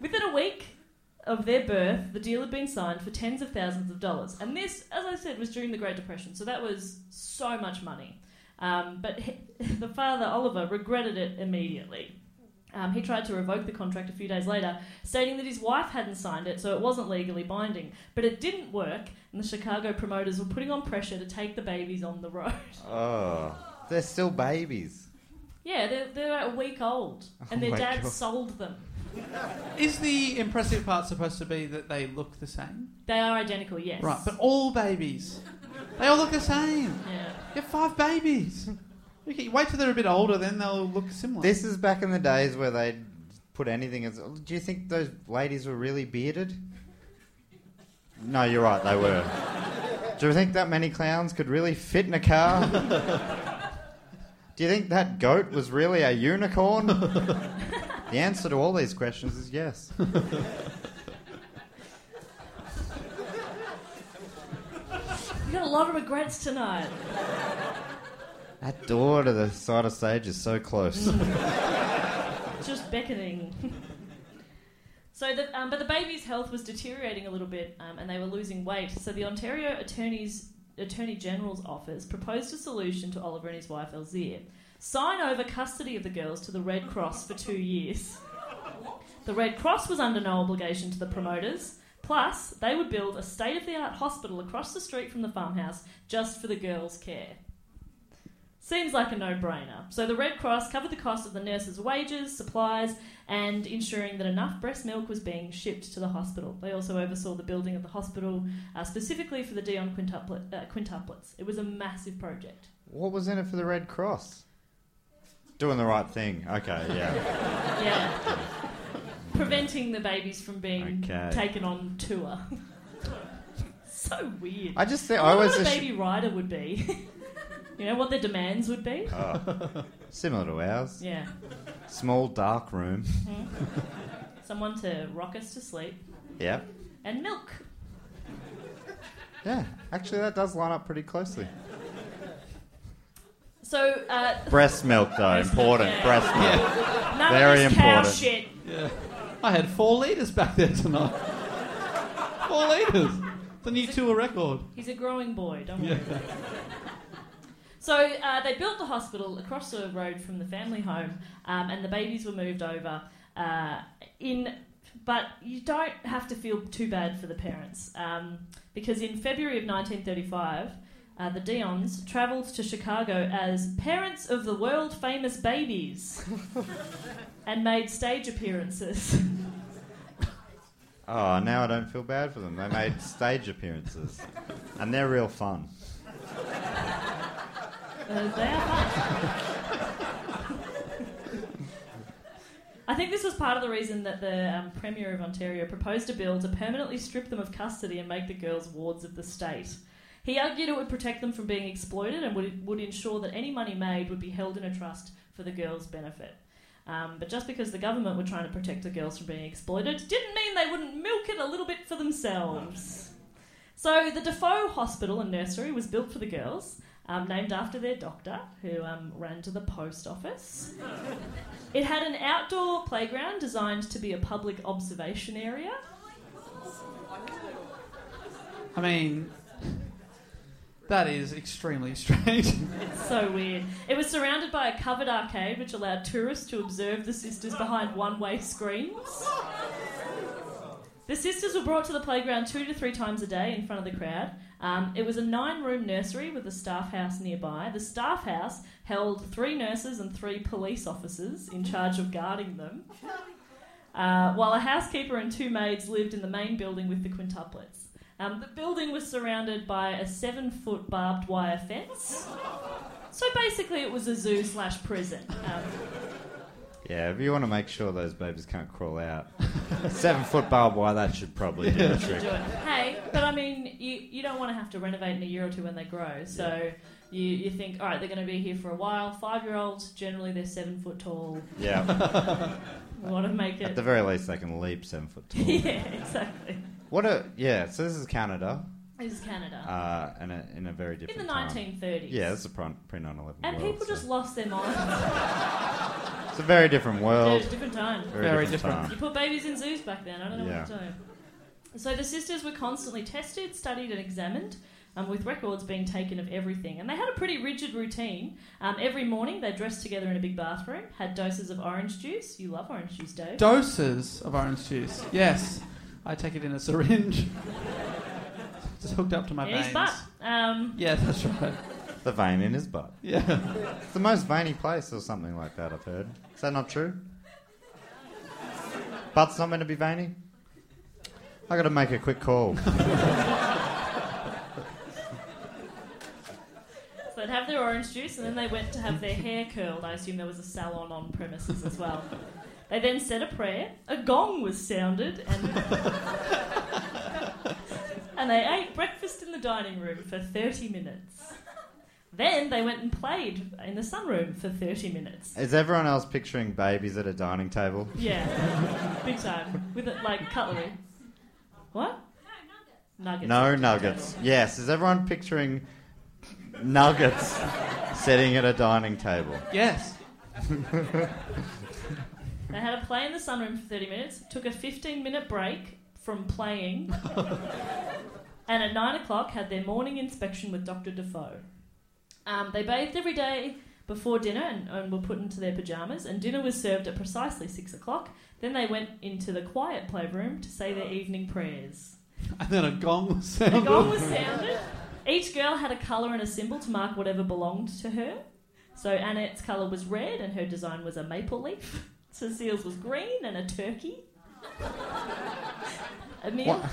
Within a week of their birth, the deal had been signed for tens of thousands of dollars. And this, as I said, was during the Great Depression, so that was so much money. Um, but he, the father, Oliver, regretted it immediately. Um, he tried to revoke the contract a few days later, stating that his wife hadn't signed it, so it wasn't legally binding. But it didn't work, and the Chicago promoters were putting on pressure to take the babies on the road.
Oh, they're still babies.
Yeah, they're, they're like a week old, and their
my
dad
God.
sold them.
Is the impressive part supposed to be that they look the same?
They are identical, yes.
Right, but all babies. They all look the same.
yeah.
You have five babies. Okay, wait till they're a bit older, then they'll look similar.
This is back in the days where they put anything as. Do you think those ladies were really bearded? No, you're right, they were. Do you think that many clowns could really fit in a car? Do you think that goat was really a unicorn? the answer to all these questions is yes.
We've got a lot of regrets tonight.
That door to the side of stage is so close.
just beckoning. so, the, um, but the baby's health was deteriorating a little bit, um, and they were losing weight. So, the Ontario Attorney's Attorney General's office proposed a solution to Oliver and his wife Elzir: sign over custody of the girls to the Red Cross for two years. The Red Cross was under no obligation to the promoters. Plus, they would build a state-of-the-art hospital across the street from the farmhouse just for the girls' care. Seems like a no brainer. So the Red Cross covered the cost of the nurses' wages, supplies, and ensuring that enough breast milk was being shipped to the hospital. They also oversaw the building of the hospital uh, specifically for the Dion quintuplet, uh, quintuplets. It was a massive project.
What was in it for the Red Cross? Doing the right thing. Okay, yeah.
Yeah. Preventing the babies from being
Okay.
taken on tour. so weird.
I just think
I
I
wonder
was
what a
assu-
baby rider would be. you know, what their demands would be?
similar to ours.
Yeah.
Small dark room.
Someone to rock us to sleep.
Yeah.
And milk.
Yeah. Actually, that does line up pretty closely.
So uh,
Breast milk, though, important.
milk, yeah.
Breast milk.
none
Very
of this cow
important.
shit.
I had four litres back there tonight. four litres. It's a new tour record.
He's a growing boy, don't worry. So uh, they built the hospital across the road from the family home, um, and the babies were moved over. Uh, in, but you don't have to feel too bad for the parents, um, because in February of 1935, uh, the Dion's travelled to Chicago as parents of the world famous babies, and made stage appearances.
Oh, now I don't feel bad for them. They made stage appearances, and they're real fun.
Uh, they are fun. I think this was part of the reason that the um, Premier of Ontario proposed a bill to permanently strip them of custody and make the girls wards of the state. He argued it would protect them from being exploited and would, would ensure that any money made would be held in a trust for the girls' benefit. Um, but just because the government were trying to protect the girls from being exploited didn't mean they wouldn't milk it a little bit for themselves. So the Defoe Hospital and Nursery was built for the girls, um, named after their doctor, who um, ran to the post office. it had an outdoor playground designed to be a public observation area.
I mean, that is extremely strange.
So weird. It was surrounded by a covered arcade which allowed tourists to observe the sisters behind one way screens. The sisters were brought to the playground two to three times a day in front of the crowd. Um, it was a nine room nursery with a staff house nearby. The staff house held three nurses and three police officers in charge of guarding them, uh, while a housekeeper and two maids lived in the main building with the quintuplets. Um, the building was surrounded by a seven foot barbed wire fence. So basically, it was a zoo slash prison. Um,
Yeah, if you want to make sure those babies can't crawl out, seven foot barbed wire that should probably do the
do
trick.
it. Hey, but I mean, you, you don't want to have to renovate in a year or two when they grow. So You, you think, all right, they're going to be here for a while. Five year olds, generally, they're seven foot tall.
Yeah.
We want to make
At the
it.
very least, they can leap seven foot tall.
Yeah, exactly.
What a yeah. So this is Canada,
This is Canada.
uh, in a in a very
In
different
the
time.
1930s.
Yeah, it's a pre pre nine eleven.
And people just lost their minds.
it's a very different
It was
world.
a different time.
Very,
Very
different.
different.
You
time.
put babies in zoos back then. I don't know
Yeah.
what to tell you. So the sisters were constantly tested, studied, and examined, um, with records being taken of everything. And they had a pretty rigid routine. Um, every morning, they dressed together in a big bathroom, had doses of orange juice. You love orange juice, Dave.
Doses of orange juice. Yes. I take it in a syringe. Just hooked up to my
in
veins.
his butt. Um,
Yeah, that's right.
The vein in his butt.
Yeah.
It's the most veiny place, or something like that. I've heard. Is that not true? Butt's not meant to be veiny. I got to make a quick call.
so they'd have their orange juice, and then they went to have their hair curled. I assume there was a salon on premises as well. They then said a prayer. A gong was sounded, and and they ate breakfast in the dining room for thirty minutes. Then they went and played in the sunroom for thirty minutes.
Is everyone else picturing babies at a dining table?
Yeah, big time with it, like cutlery. What? Nuggets.
No nuggets. Yes. Is everyone picturing nuggets sitting at a dining table?
Yes.
They had a play in the sunroom for 30 minutes, took a 15 minute break from playing, and at 9 o'clock had their morning inspection with Dr. Defoe. Um, they bathed every day before dinner and, and were put into their pyjamas, and dinner was served at precisely 6 o'clock. Then they went into the quiet playroom to say their evening prayers.
And then a gong was
The
sounded.
gong was sounded. Each girl had a colour and a symbol to mark whatever belonged to her. So Annette's colour was red and her design was a maple leaf. Cecile's was green and a turkey. Emile,
What?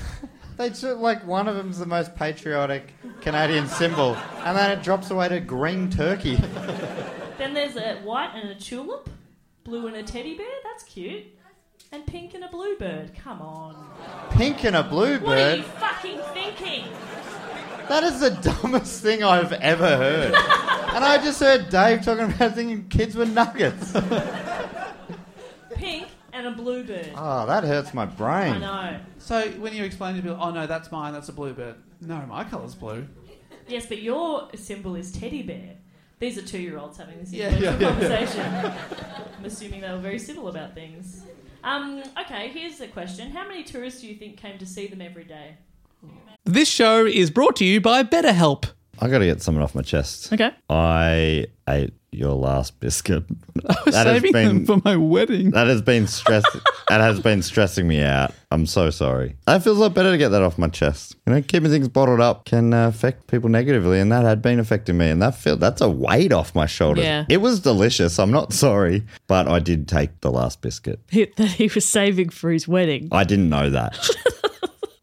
They took like one of them's the most patriotic Canadian symbol, and then it drops away to green turkey.
then there's a white and a tulip, blue and a teddy bear. That's cute. And pink and a bluebird. Come on.
Pink and a
What are you
bluebird.
fucking thinking?
That is the dumbest thing I've ever heard. and I just heard Dave talking about thinking kids were nuggets.
Pink and a bluebird.
Oh, that hurts my
I
brain.
know.
So when you explain to people, oh no, that's mine, that's a bluebird. No, my colour's blue.
Yes, but your symbol is teddy bear. These are two year olds having this
Yeah,
intellectual
yeah, yeah.
conversation. I'm assuming they were very civil about things. Um, okay, here's a question. How many tourists do you think came to see them every day?
This show is brought to you by BetterHelp.
I got to get something off my chest.
Okay.
I ate your last biscuit. That
Saving them for my wedding.
That has been stress. that has been stressing me out. I'm so sorry. That feels a lot better to get that off my chest. You know, keeping things bottled up can uh, affect people negatively, and that had been affecting me. And that feel that's a weight off my shoulders.
Yeah.
It was delicious. I'm not sorry, but I did take the last biscuit.
that he was saving for his wedding.
I didn't know that.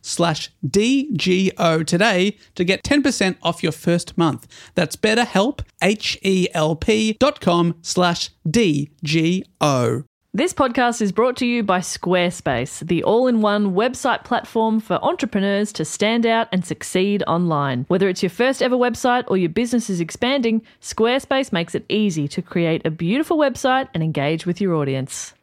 slash DGO today to get 10% off your first month. That's betterhelp, H-E-L-P dot com slash D-G-O.
This podcast is brought to you by Squarespace, the all in one website platform for entrepreneurs to stand out and succeed online. Whether it's your first ever website or your business is expanding, Squarespace makes it easy to create a beautiful website and engage with your audience.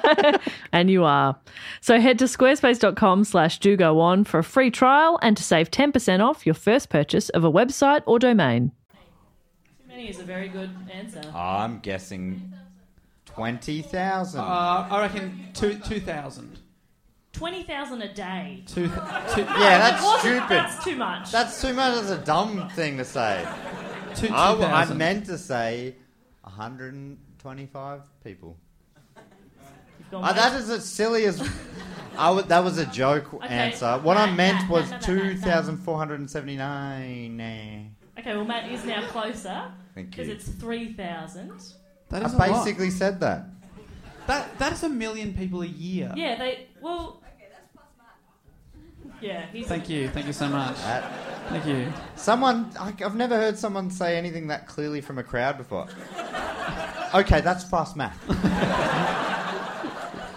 And you are. So head to squarespace.com slash do go on for a free trial and to save 10% off your first purchase of a website or domain. Too many is a very good answer.
I'm guessing 20,000.
Uh, I reckon two two thousand.
20,000 a day.
Two, two,
yeah, that's stupid.
That's too much.
That's too much. That's a dumb thing to say.
two, two
I, I
thousand.
meant to say 125 people.
gone
Uh, that is as silly as. I would, that was a joke answer. What I
Nah,
meant
nah,
was
nah, nah, nah, nah.
2,479. Nah.
Okay, well, Matt is now closer
Thank you.
3,000.
That
I
is a lot.
basically said that.
that that is a million people a year.
Yeah, they, well. Yeah, he's
Thank you. Thank you so much. Thank you.
Someone, I, I've never heard someone say anything that clearly from a crowd before. okay, that's fast math.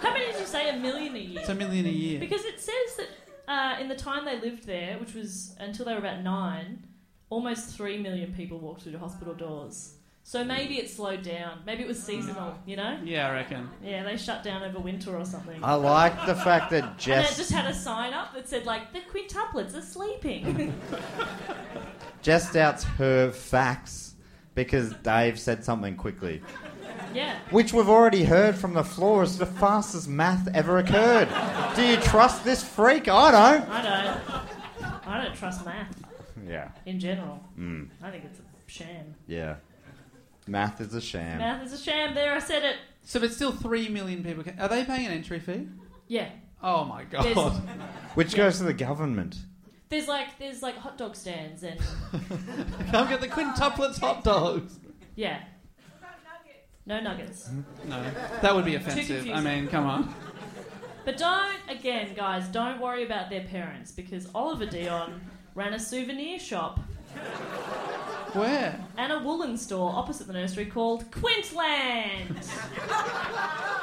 How many did you say a million a year?
It's a million a year.
Because it says that uh, in the time they lived there, which was until they were about nine, almost three million people walked through the hospital doors. So maybe it slowed down. Maybe it was seasonal, you know?
Yeah, I reckon.
Yeah, they shut down over winter or something.
I like the fact that
and it
Jess
just had a sign up that said, like, the quintuplets are sleeping.
Jess doubts her facts because Dave said something quickly,
yeah.
which we've already heard from the floor is the fastest math ever occurred. Do you trust this freak? I don't.
I don't. I don't trust math
Yeah,
in general. I think it's a sham.
Mm. yeah. Math is a sham.
Math is a sham. There, I said it.
So, but still, three million people. Can, are they paying an entry fee?
Yeah.
Oh my
There's-
god!
Which goes to the government.
There's like there's like hot dog stands and
Come get the quintuplets hot dogs.
yeah. No nuggets.
No, that would be offensive. I
confusing.
mean, come on.
But don't, again, guys, don't worry about their parents because Oliver Dion ran a souvenir shop
Where?
and a woolen store opposite the nursery called Quintland.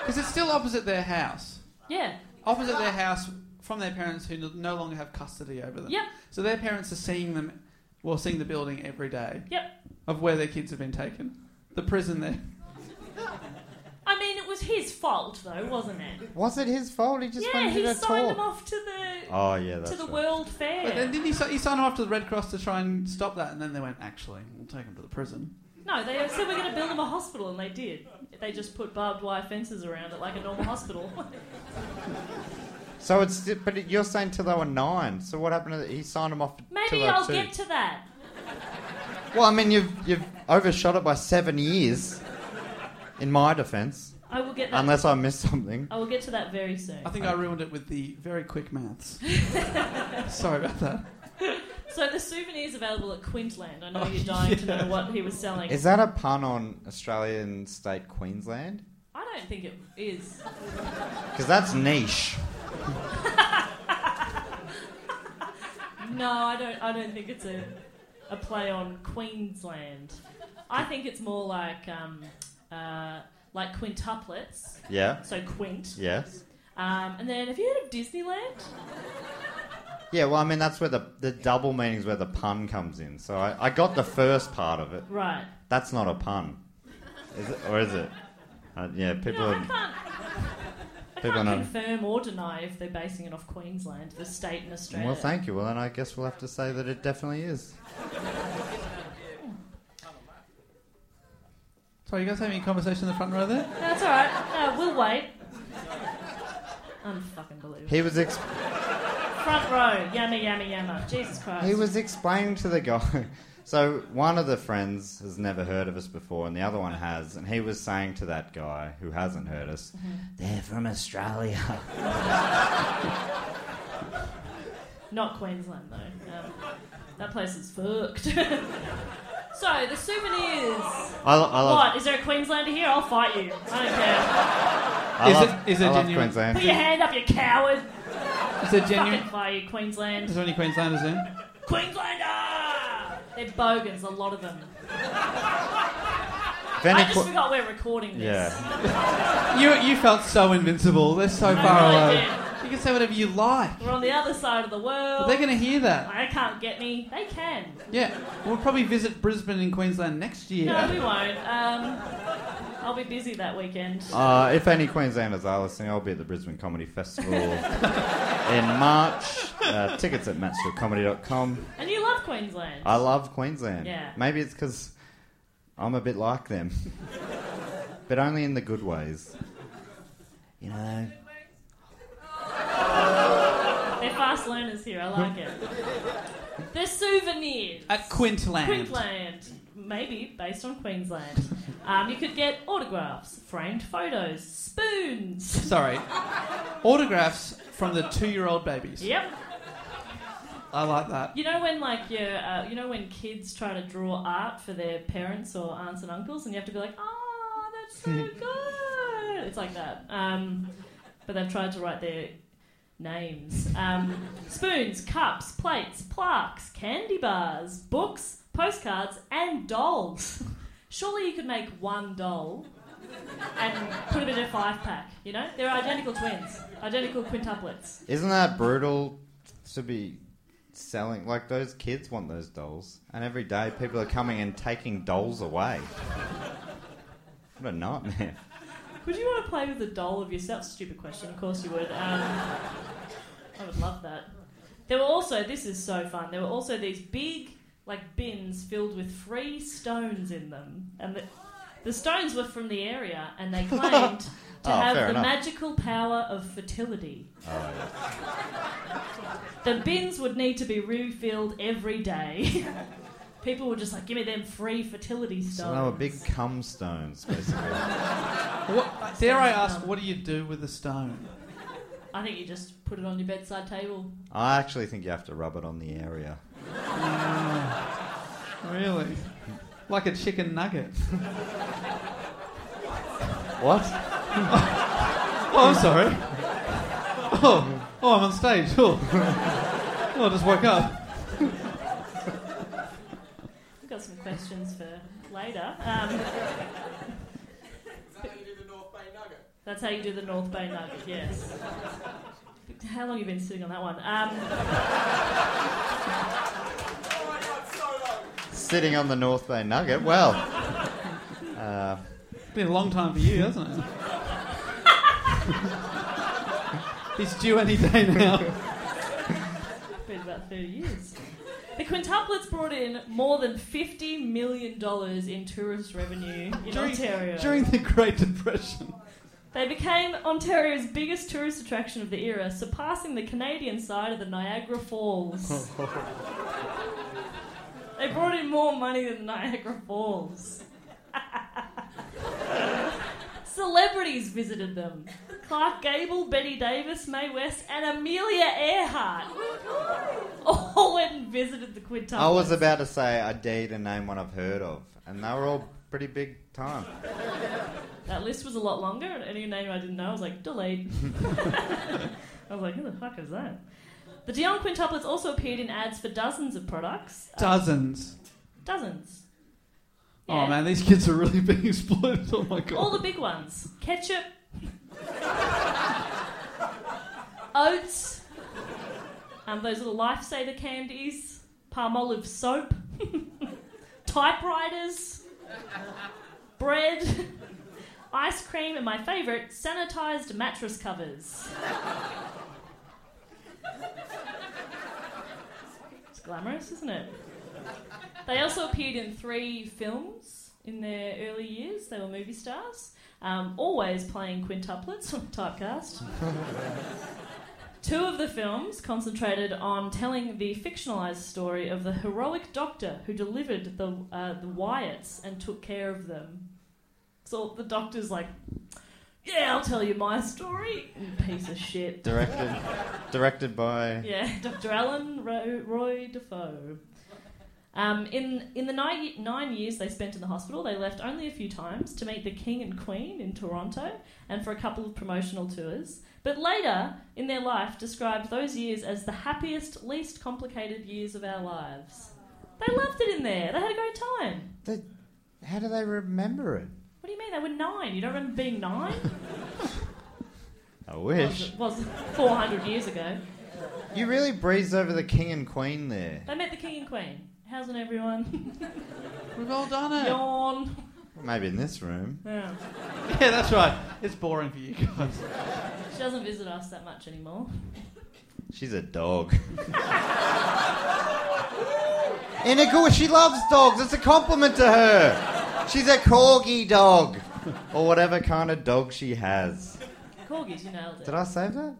Because it's still opposite their house.
Yeah.
Opposite their house from their parents who no longer have custody over them.
Yep.
So their parents are seeing them, well, seeing the building every day
Yep.
of where their kids have been taken. The prison there.
I mean, it was his fault, though, wasn't it?
Was it his fault? He just
yeah,
wanted
he
to
signed
talk.
them off to the
Oh yeah, that's
to the
right.
World Fair.
But then didn't he, si- he sign them off to the Red Cross to try and stop that? And then they went, actually, we'll take them to the prison.
No, they said we're going to build them a hospital, and they did. They just put barbed wire fences around it like a normal hospital.
So it's but it- you're saying till they were nine. So what happened? To the, he signed them off. till
Maybe
they were
I'll
two.
get to that.
Well, I mean, you've you've overshot it by seven years. In my defence,
I will get that.
unless I missed something.
I will get to that very soon.
I think I ruined it with the very quick maths. Sorry about that.
So the souvenirs available at Quintland. I
Oh,
know you're dying to know what he was selling.
Is that a pun on Australian state Queensland?
I don't think it is.
Because that's niche.
No, I don't. I don't think it's a a play on Queensland. I think it's more like um, uh, like quintuplets.
Yeah.
So quint.
Yes.
Um, and then have you heard of Disneyland?
Yeah. Well, I mean, that's where the the double meaning's where the pun comes in. So I, I got the first part of it.
Right.
That's not a pun, is it? Or is it? Uh, yeah. People.
No, I
are-
can't. I
People
can't
know.
confirm or deny if they're basing it off Queensland, the state in Australia.
Well, thank you. Well, then I guess we'll have to say that it definitely is.
Sorry, you guys having a conversation in the front row there?
That's all right. No, we'll wait. Unfucking believable.
He was ex-
Front row, yammer, yammer, yammer. Jesus Christ.
he was explaining to the guy. So one of the friends has never heard of us before, and the other one has. And he was saying to that guy who hasn't heard us, "They're from Australia."
Not Queensland, though. Um, that place is fucked. so, the souvenirs.
I, lo- I love.
What? Is there a Queenslander here? I'll fight you. I don't care.
I
Is
love,
it- is it
I love
genuine?
Put
Queensland.
your hand up, you coward.
Is there
Fucking
genuine?
fire you,
Is
Queensland.
there any Queenslanders in?
Queenslander! They're bogans, a lot of them.
If any
I just
que-
forgot we're recording this.
yeah.
You, you felt so invincible. They're so far
really
away. You can say whatever you like.
We're on the other side of the
But
world.
they're going to hear that.
I can't get me. They can.
Yeah. We'll probably visit Brisbane and Queensland next year.
No, we won't. Um, I'll be busy that weekend.
Uh, if any Queenslanders are listening, I'll be at the Brisbane Comedy Festival in March. Uh, tickets at matchfieldcomedy.com.
And you love Queensland.
I love Queensland.
Yeah.
Maybe it's because I'm a bit like them, but only in the good ways. You know,
They're fast learners here. I like it. They're souvenirs.
At Quintland.
Queensland, maybe based on Queensland. Um, you could get autographs, framed photos, spoons.
Sorry. Autographs from the two year old babies.
Yep.
I like that.
You know when like you uh, you know when kids try to draw art for their parents or aunts and uncles, and you have to be like, oh, that's so good. It's like that. Um, but they've tried to write their names. Um, spoons, cups, plates, plaques, candy bars, books, postcards, and dolls. Surely you could make one doll and put them in a five pack. You know, they're identical twins, identical quintuplets.
isn't that brutal to be selling? Like those kids want those dolls, and every day people are coming and taking dolls away. What a nightmare!
Would you want to play with a doll of yourself? Stupid question. Of course you would. Um, I would love that. There were also this is so fun. There were also these big like bins filled with free stones in them, and the, the stones were from the area, and they claimed to
Oh,
have
fair
the
enough. Oh,
magical power of fertility. The bins would need to be refilled every day. People were just like, "Give me them free fertility stones."
So they were big cum stones, basically.
What, dare I ask, what do you do with a stone?
I think you just put it on your bedside table.
I actually think you have to rub it on the area.
Really? Like a chicken nugget.
What?
Oh, I'm sorry. Oh, oh I'm on stage. Oh, oh I just woke up.
We've got some questions for later. Um, that's how you do the North Bay Nugget. That's how you do the North Bay Nugget, yes. How long have you been sitting on that one? Um,
Sitting on the North Bay Nugget. Well, uh,
Been a long time for you, hasn't it? He's due any day now.
been about 30 years. The quintuplets brought in more than $50 million in tourist revenue in Ontario.
During the Great Depression.
They became Ontario's biggest tourist attraction of the era, surpassing the Canadian side of the Niagara Falls. they brought in more money than Niagara Falls. Celebrities visited them Clark Gable, Betty Davis, Mae West, and Amelia Earhart. All went and visited the quintuplets.
I was about to say I dare you to name one I've heard of, and they were all pretty big time.
That list was a lot longer, and any name I didn't know, I was like, delete. I was like, who the fuck is that? The Dion quintuplets also appeared in ads for dozens of products. Uh,
Dozens.
dozens.
Oh
Yeah.
man, these kids are really being exploited. Oh my god.
All the big ones ketchup, oats, um, those little lifesaver candies, palmolive soap, typewriters, bread, ice cream, and my favourite, sanitized mattress covers. It's glamorous, isn't it? They also appeared in three films in their early years. They were movie stars, um, always playing quintuplets, typecast. Two of the films concentrated on telling the fictionalized story of the heroic doctor who delivered the, uh, the Wyatts and took care of them. So the doctor's like, Yeah, I'll tell you my story. Piece of shit.
Directed, directed by.
Yeah, Dr. Alan Ro- Roy Defoe. Um, in in the nine, nine years they spent in the hospital, they left only a few times to meet the King and Queen in Toronto and for a couple of promotional tours. But later in their life, described those years as the happiest, least complicated years of our lives. They loved it in there. They had a great time.
They,
How do they remember it?
What do you mean? They were nine. You don't remember being nine?
I wish.
it was 400 years ago.
You really breezed over the king and queen there.
They met the king and queen. How's on everyone?
We've all done it.
Yawn.
Maybe in this room.
Yeah.
Yeah, that's right. It's boring for you guys.
She doesn't visit us that much anymore.
She's a dog. Inago, she loves dogs. It's a compliment to her. She's a corgi dog.
Or whatever kind of dog she has.
Corgis, you nailed it.
Did I save that?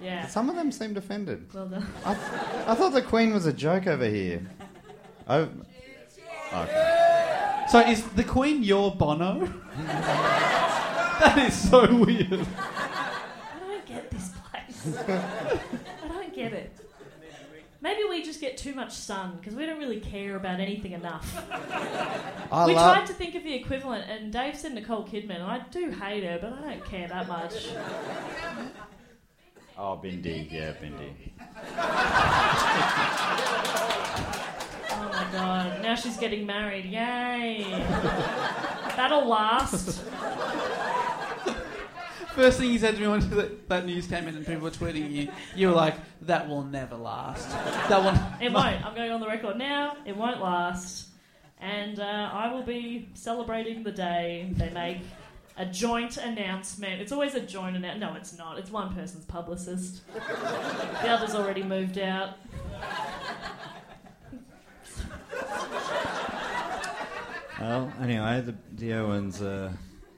Yeah.
Some of them seemed offended.
Well done.
I, th- I thought the Queen was a joke over here. Oh,
So is the Queen your Bono? that is so weird.
I don't get this place. I don't get it. Maybe we just get too much sun because we don't really care about anything enough.
I
we
love.
tried to think of the equivalent, and Dave said Nicole Kidman. and I do hate her, but I don't care that much.
oh, Bindi. Yeah, Bindi.
Oh my god, now she's getting married. Yay! That'll last.
First thing you said to me when that, that news came in and people were tweeting you, you were like, "That will never last. That will."
It won't. I'm going on the record now. It won't last. And uh, I will be celebrating the day they make a joint announcement. It's always a joint announcement. No, it's not. It's one person's publicist. The other's already moved out.
Well, anyway, the, the Owens are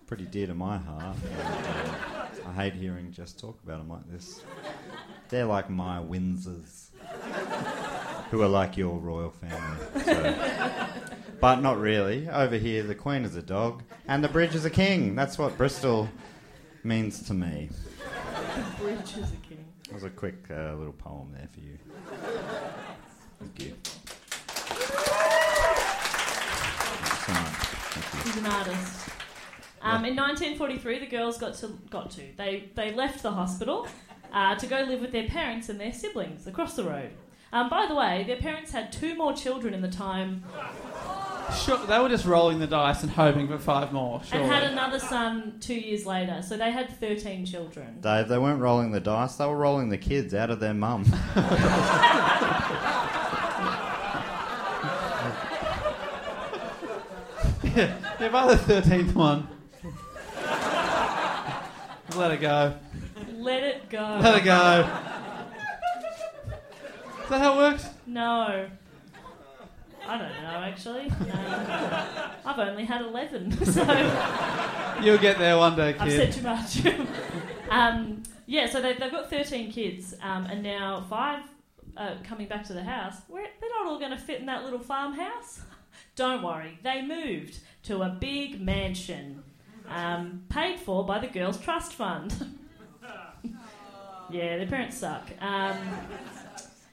pretty dear to my heart. And, uh, I hate hearing Jess talk about them like this. They're like my Windsors, who are like your royal family. So. But not really. Over here, the Queen is a dog, and the bridge is a king. That's what Bristol means to me.
Bridge is a king.
That was a quick uh, little poem there for you. Thank you. Thank you so much. Thank you.
He's an artist. Um, In 1943, the girls got to got to they they left the hospital uh, to go live with their parents and their siblings across the road. Um, by the way, their parents had two more children in the time
Sure, they were just rolling the dice and hoping for five more. Surely.
and had another son two years later. So they had 13 children.
Dave, they weren't rolling the dice, they were rolling the kids out of their mum.
yeah, by the thirteenth one, let it go.
Let it go.
Let it go. Is that how it works?
No. I don't know, actually. No. I've only had 11, so.
You'll get there one day,
I've said
kid.
too much. um, yeah, so they, they've got 13 kids, um, and now five uh, coming back to the house. Where, they're not all going to fit in that little farmhouse. Don't worry, they moved to a big mansion um, paid for by the Girls Trust Fund. yeah, their parents suck. Um,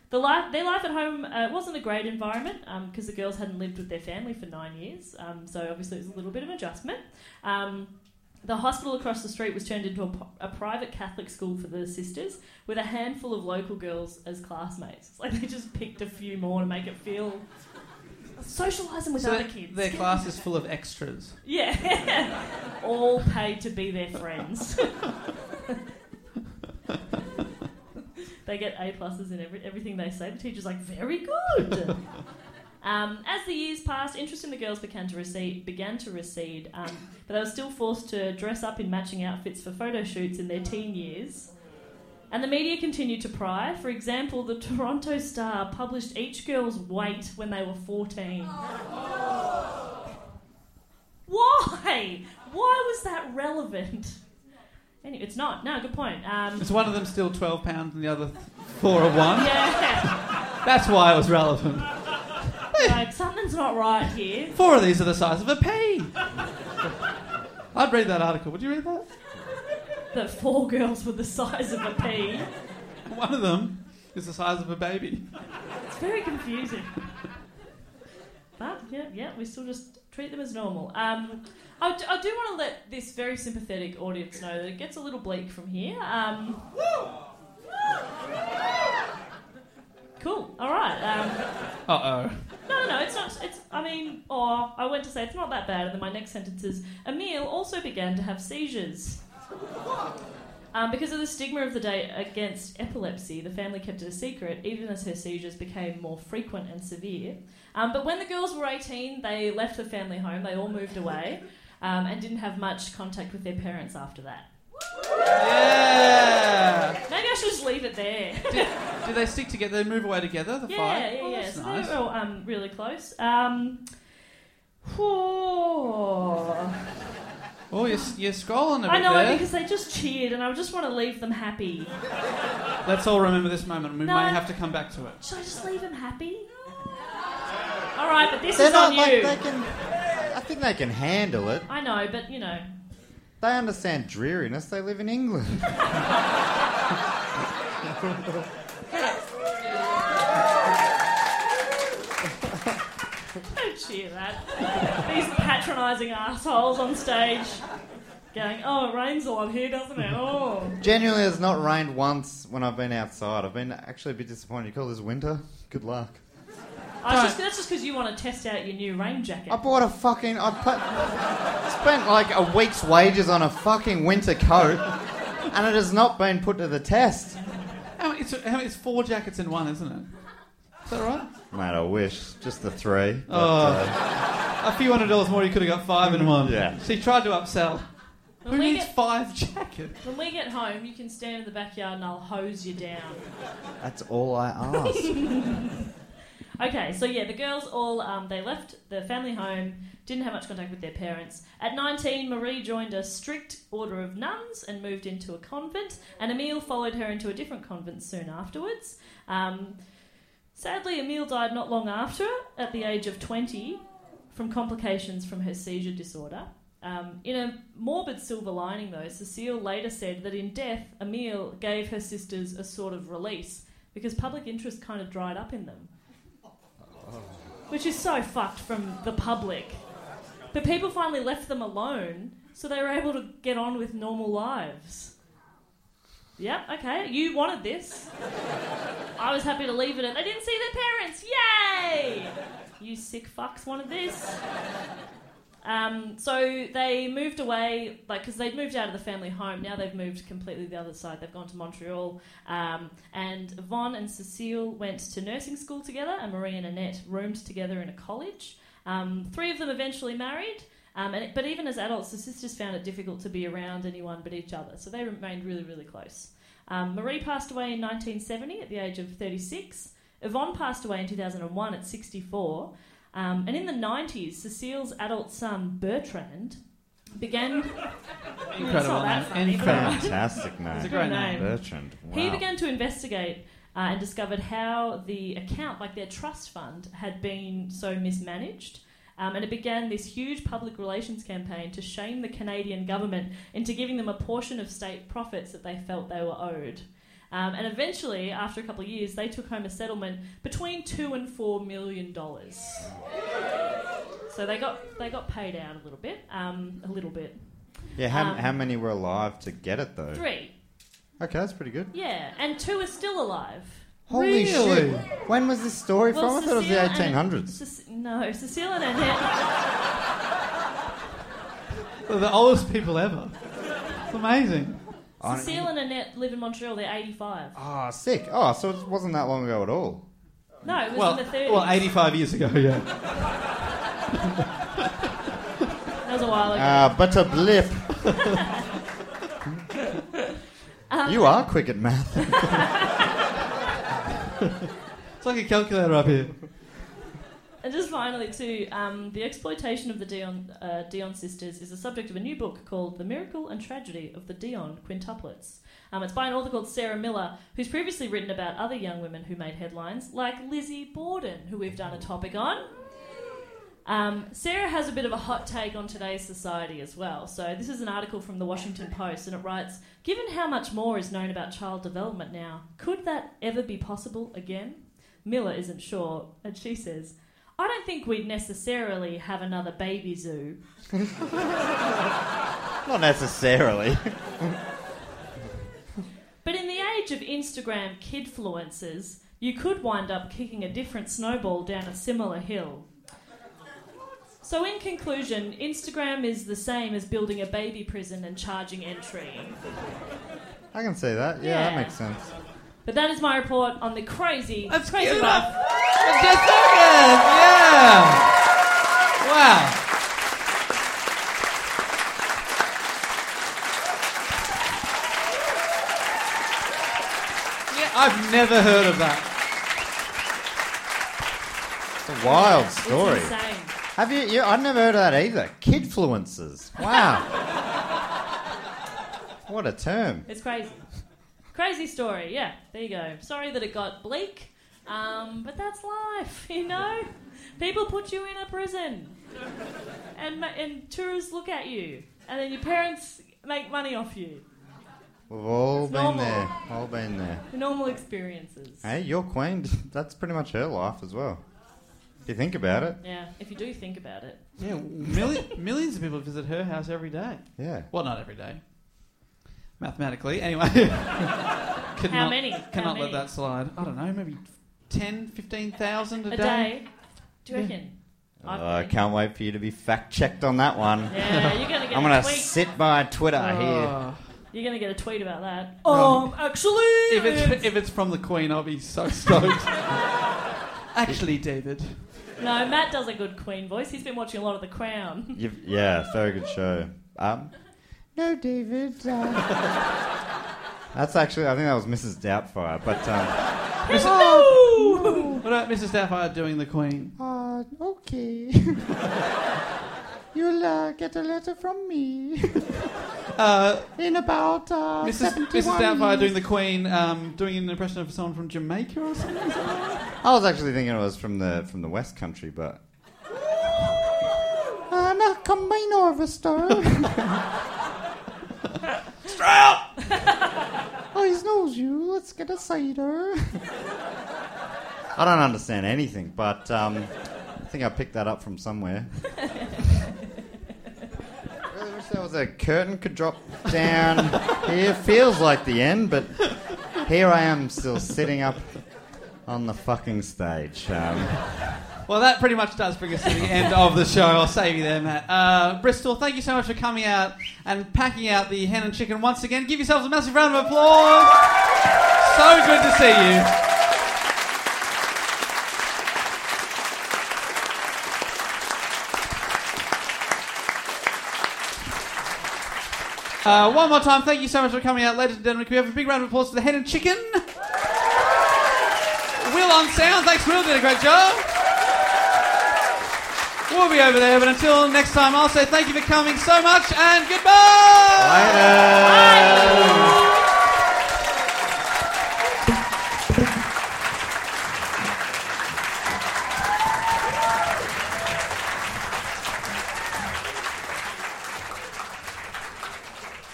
the life, their life at home uh, wasn't a great environment because the girls hadn't lived with their family for nine years, um, so obviously it was a little bit of adjustment. Um, the hospital across the street was turned into a, p- a private Catholic school for the sisters, with a handful of local girls as classmates. It's like they just picked a few more to make it feel socialising with
So
other
their-
kids.
Their class is full of extras.
Yeah. All paid to be their friends. they get A pluses in every, everything they say. The teacher's like, very good. Um, as the years passed, interest in the girls began to recede, began to recede um, but they were still forced to dress up in matching outfits for photo shoots in their teen years. And the media continued to pry. For example, the Toronto Star published each girl's weight when they were 14. Why? Why was that relevant? Anyway, it's not. No, good point. Um,
Is one of them still twelve pounds and the other four or one?
yeah,
That's why it was relevant.
like, something's not right here.
Four of these are the size of a pea. I'd read that article. Would you read that?
That four girls were the size of a pea.
One of them is the size of a baby.
It's very confusing. But yeah, yeah, we still just treat them as normal. Um, I, d- I do want to let this very sympathetic audience know that it gets a little bleak from here. Um, cool. All right. Um,
Uh oh.
No, no, no. It's not. It's. I mean, or I went to say it's not that bad, and then my next sentence is Emil also began to have seizures. Um, because of the stigma of the day against epilepsy, the family kept it a secret, even as her seizures became more frequent and severe. Um, but when the girls were 18, they left the family home, they all moved away, um, and didn't have much contact with their parents after that.
Yeah.
Maybe I should just leave it there.
Do they stick together? They move away together. The
Yeah,
five.
yeah,
Oh,
yeah.
that's
So
nice.
they were all um, really close. Um, whew.
Oh, you're, you're scrolling a bit
I know it
there.
because they just cheered, and I just want to leave them happy.
Let's all remember this moment. We
No.
may have to come back to it.
Should I just leave them happy? All right, but this
They're
is on
not like
you.
they can. I think they can handle it.
I know, but you know,
They understand dreariness. They live in England.
don't cheer that. These patronising assholes on stage, going, "Oh, it rains a lot here, doesn't it?" Oh,
Genuinely, it's not rained once when I've been outside. I've been actually a bit disappointed. You call this winter? Good luck.
I was just, that's just because you want to test out your new rain jacket.
I bought a fucking. I put, spent like a week's wages on a fucking winter coat, and it has not been put to the test.
How many, it's, how many, it's four jackets in one, isn't it? Is that right?
Mate, I wish just the three. but, uh,
A few hundred dollars more, you could have got five in one.
Yeah.
She tried to upsell. Who
When we
needs
get-
five jackets?
When we get home, you can stand in the backyard and I'll hose you down.
that's all I ask.
Okay, so yeah, the girls all um, they left the family home, didn't have much contact with their parents. At 19, Marie joined a strict order of nuns and moved into a convent, and Emile followed her into a different convent soon afterwards. Um, sadly, Emile died not long after, at the age of 20, from complications from her seizure disorder. Um, in a morbid silver lining, though, Cecile later said that in death, Emile gave her sisters a sort of release because public interest kind of dried up in them which is so fucked from the public. But people finally left them alone, so they were able to get on with normal lives. Yep, okay, you wanted this. I was happy to leave it, and they didn't see their parents. Yay! You sick fucks wanted this. Um, so they moved away, like, because they'd moved out of the family home. Now they've moved completely the other side. They've gone to Montreal. Um, and Yvonne and Cecile went to nursing school together, and Marie and Annette roomed together in a college. Um, three of them eventually married. Um, and, but even as adults, the sisters found it difficult to be around anyone but each other. So they remained really, really close. Um, Marie passed away in 1970 at the age of 36. Yvonne passed away in 2001 at 64. Um, and in the 90s, Cecile's adult son, Bertrand, began. It's
Incredible
not that
name.
funny, but
Incredible.
Fantastic name.
a great name.
Bertrand. Wow.
He began to investigate uh, and discovered how the account, like their trust fund, had been so mismanaged. Um, and it began this huge public relations campaign to shame the Canadian government into giving them a portion of state profits that they felt they were owed. Um, and eventually, after a couple of years, they took home a settlement between two and four million dollars. So they got they got paid out a little bit, um, a little bit.
Yeah, how,
um,
how many were alive to get it though?
Three,
Okay, that's pretty good.
yeah, and two are still alive.
Holy
Really?
shit! When was this story
Well,
from? I thought it was the
Cecile and-
1800s.
Cec- no, Cecile and Annette.
They're the oldest people ever. It's amazing.
Cecile and Annette live in Montreal. They're 85.
Ah, sick. Oh, so it wasn't that long ago at all.
No, it was
Well,
in the 30s.
well, 85 years ago, yeah.
that was a while ago.
Ah, but a blip. you are quick at math.
It's like a calculator up here.
And just finally, too, um, the exploitation of the Dion, uh, Dion sisters is the subject of a new book called The Miracle and Tragedy of the Dion Quintuplets. Um, it's by an author called Sarah Miller, who's previously written about other young women who made headlines, like Lizzie Borden, who we've done a topic on. Um, Sarah has a bit of a hot take on today's society as well. So, this is an article from the Washington Post, and it writes Given how much more is known about child development now, could that ever be possible again? Miller isn't sure, and she says, I don't think we'd necessarily have another baby zoo.
Not necessarily.
But in the age of Instagram kidfluencers, you could wind up kicking a different snowball down a similar hill. So, in conclusion, Instagram is the same as building a baby prison and charging entry.
I can see that. Yeah, that
Yeah.
makes sense.
But that is my report on the crazy, crazy
give it
life.
up. Jess Duncan, Yeah. Wow. Yeah, I've never heard of that.
It's a wild story.
It's insane.
Have you, you? I've never heard of that either. Kidfluencers. Wow. what a term.
It's crazy. Crazy story. Yeah, there you go. Sorry that it got bleak, um, but that's life, you know? People put you in a prison, and, ma- and tourists look at you, and then your parents make money off you.
We've all
It's
been
normal.
there. All been there.
The normal experiences.
Hey, your queen. That's pretty much her life as well. If you think about it.
Yeah, if you do think about it.
Yeah, milli- millions of people visit her house every day.
Yeah.
Well, not every day. Mathematically, anyway. Could
How
not-
many? How
Cannot
many?
let that slide. I don't know, maybe 10, 15,000
A
a
day. Do you reckon? I've
Uh, Oh, I
been-
can't wait for you to be fact checked on that one.
Yeah, you're gonna get
I'm gonna
a tweet.
sit by Twitter here.
Oh.
You're gonna get a tweet about that.
Oh.
Um, actually,
If it's, if it's from the Queen, I'll be so stoked. Actually, David.
no, Matt does a good Queen voice. He's been watching a lot of The Crown.
You've, yeah, very good show. Um, no, David. uh, that's actually, I think that was Mrs. Doubtfire. But um,
What about Mrs. Sapphire doing the Queen?
uh, okay, you'll uh, get a letter from me
Uh,
in about uh,
Mrs. Mrs. Sapphire doing the Queen, um, doing an impression of someone from Jamaica or something? Is that right?
I was actually thinking it was from the from the West Country, but. Ana camino of a star. Oh, he knows you. Let's get a cider. I don't understand anything, but um, I think I picked that up from somewhere. really wish there was a curtain could drop down here. Feels like the end, but here I am still sitting up on the fucking stage. Um,
Well, that pretty much does bring us to the end of the show. I'll save you there, Matt. Uh, Bristol, thank you so much for coming out and packing out the hen and chicken once again. Give yourselves a massive round of applause. So good to see you. Uh, one more time, thank you so much for coming out, ladies and gentlemen. Can we have a big round of applause for the hen and chicken? Will on sound, thanks, Will, did a great job. We'll be over there, but until next time, I'll say thank you for coming so much and goodbye.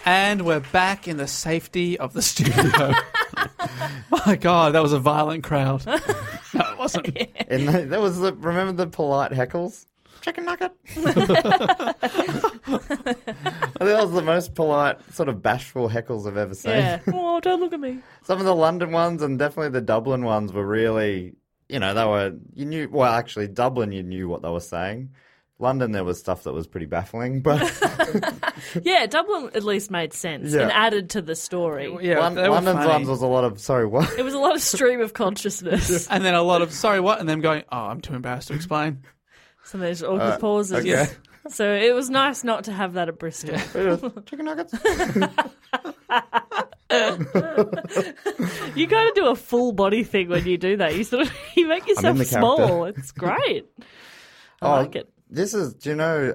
And we're back in the safety of the studio. My God, that was a violent crowd. No, it wasn't.
and that that was the, remember the polite heckles? Chicken nugget. I think that was the most polite, sort of bashful heckles I've ever seen.
Yeah. oh, don't look at me.
Some of the London ones and definitely the Dublin ones were really, you know, they were, you knew, well, actually, Dublin, you knew what they were saying. London, there was stuff that was pretty baffling, but
Yeah, Dublin at least made sense
Yeah.
and added to the story.
Yeah,
Lon-
they were
London's
funny.
ones was a lot of, sorry, what?
It was a lot of stream of consciousness.
and then a lot of sorry what, and them going, oh, I'm too embarrassed to explain.
So there's awkward pauses.
Uh, okay.
So it was nice not to have that at Bristol.
Chicken nuggets?
You got to do a full body thing when you do that. You sort of you make
in
yourself
the
small.
character. Oh.
It's great. I like it.
This is, do you know,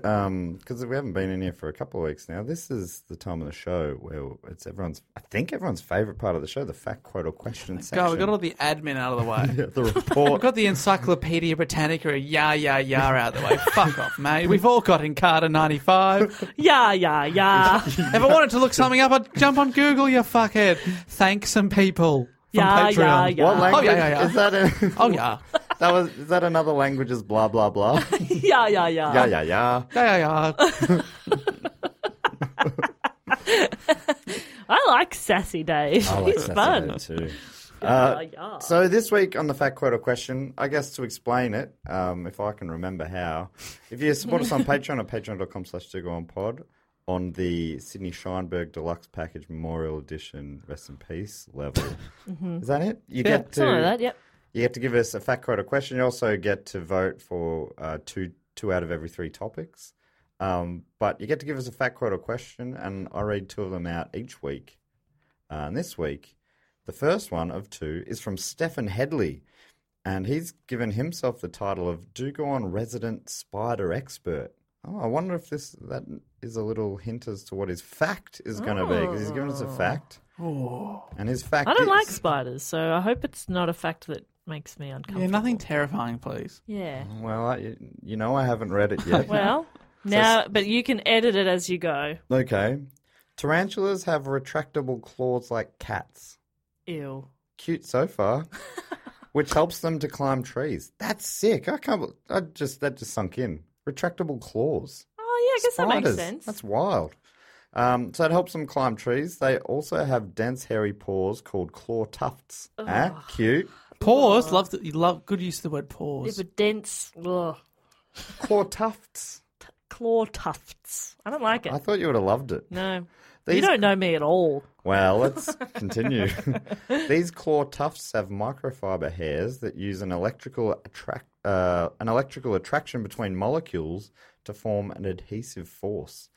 because we haven't been in here for a couple of weeks now. This is the time of the show where it's everyone's, I think everyone's favorite part of the show, the fact, quote, or
Oh
question section.
God, we got all the admin out of the way.
Yeah, the
We've
report.
got the Encyclopedia Britannica, yeah, yeah, yeah, out of the way. Fuck off, mate. We've all got Encarta 95.
Yeah, yeah, yeah.
If I wanted to look something up, I'd jump on Google, you fuckhead. Thank some people from
Yeah,
Patreon.
yeah, yeah.
what language
yeah, yeah.
is that? In,
Oh, yeah.
that was is that another language? Is blah blah blah.
yeah, yeah, yeah.
yeah yeah yeah.
Yeah, yeah, yeah.
I like Sassy Dave. He's fun.
too. Uh,
Oh.
So this week on the fact quote or question, I guess to explain it, um, if I can remember how, if you support us on Patreon at patreon.com slash pod on the Sydney Scheinberg Deluxe Package Memorial Edition Rest in Peace level. Is that it? You get to
Mm-hmm. Something like that, yep.
you get to give us a fact quote or question. You also get to vote for uh, two two out of every three topics. Um, but you get to give us a fact quote or question, and I read two of them out each week. Uh, and this week, the first one of two is from Stephen Headley, and he's given himself the title of "Do Go On Resident Spider Expert." Oh, I wonder if this that is a little hint as to what his fact is going to be because he's given us a fact, and his fact
Oh. I don't
is,
like spiders, so I hope it's not a fact that makes me uncomfortable.
Yeah,
Oh.
nothing terrifying, please.
Yeah.
Well, I, you know, I haven't read it yet.
Well, now, but you can edit it as you go.
Okay. Tarantulas have retractable claws like cats.
Ew.
Cute so far. which helps them to climb trees. That's sick. I can't. bel- I just that just sunk in. Retractable claws.
Oh, yeah, I guess that makes
Spiders.
sense.
That's wild. Um, so it helps them climb trees. They also have dense, hairy paws called claw tufts. Ah, cute.
Pause. Love that you love good use of the word
If
pause.
a dense ugh,
Claw tufts.
claw tufts. I don't like it.
I thought you would have loved it.
No.
These
You don't know me at all.
Well, let's continue. These claw tufts have microfiber hairs that use an electrical attract uh, an electrical attraction between molecules to form an adhesive force.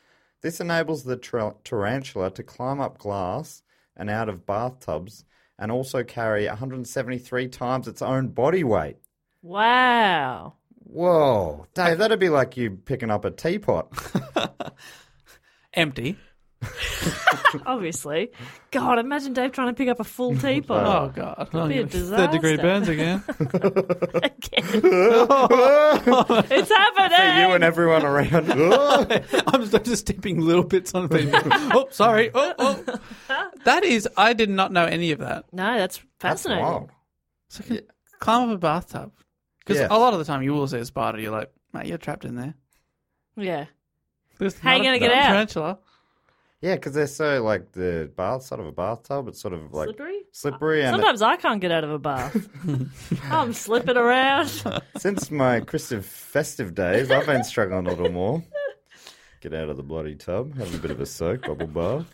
This enables the tra- tarantula to climb up glass and out of bathtubs, and also carry 173 times its own body weight.
Wow.
Whoa, Dave, that'd be like you picking up a teapot.
Empty.
Obviously. God, imagine Dave trying to pick up a full teapot.
Oh god. Oh,
be a
yeah. Third degree
disaster.
burns again.
It's happening.
you and everyone around.
I'm just, I'm just tipping little bits on people. oh, sorry. Oh, oh. That is. I did not know any of that.
No, that's
That's
fascinating.
wild.
So I can climb up a bathtub because
Yeah.
a lot of the time you will see a spider. You're like, mate, you're trapped in there.
yeah.
There's
How you
not a-
gonna get
not a
out?
Tarantula.
Yeah, because they're so like the bath side of a bathtub. It's sort of like
Slippery?
slippery, and
Sometimes I can't get out of a bath. I'm slipping around.
since my Christmas festive days, I've been struggling a little more. Get out of the bloody tub, have a bit of a soak, bubble bath.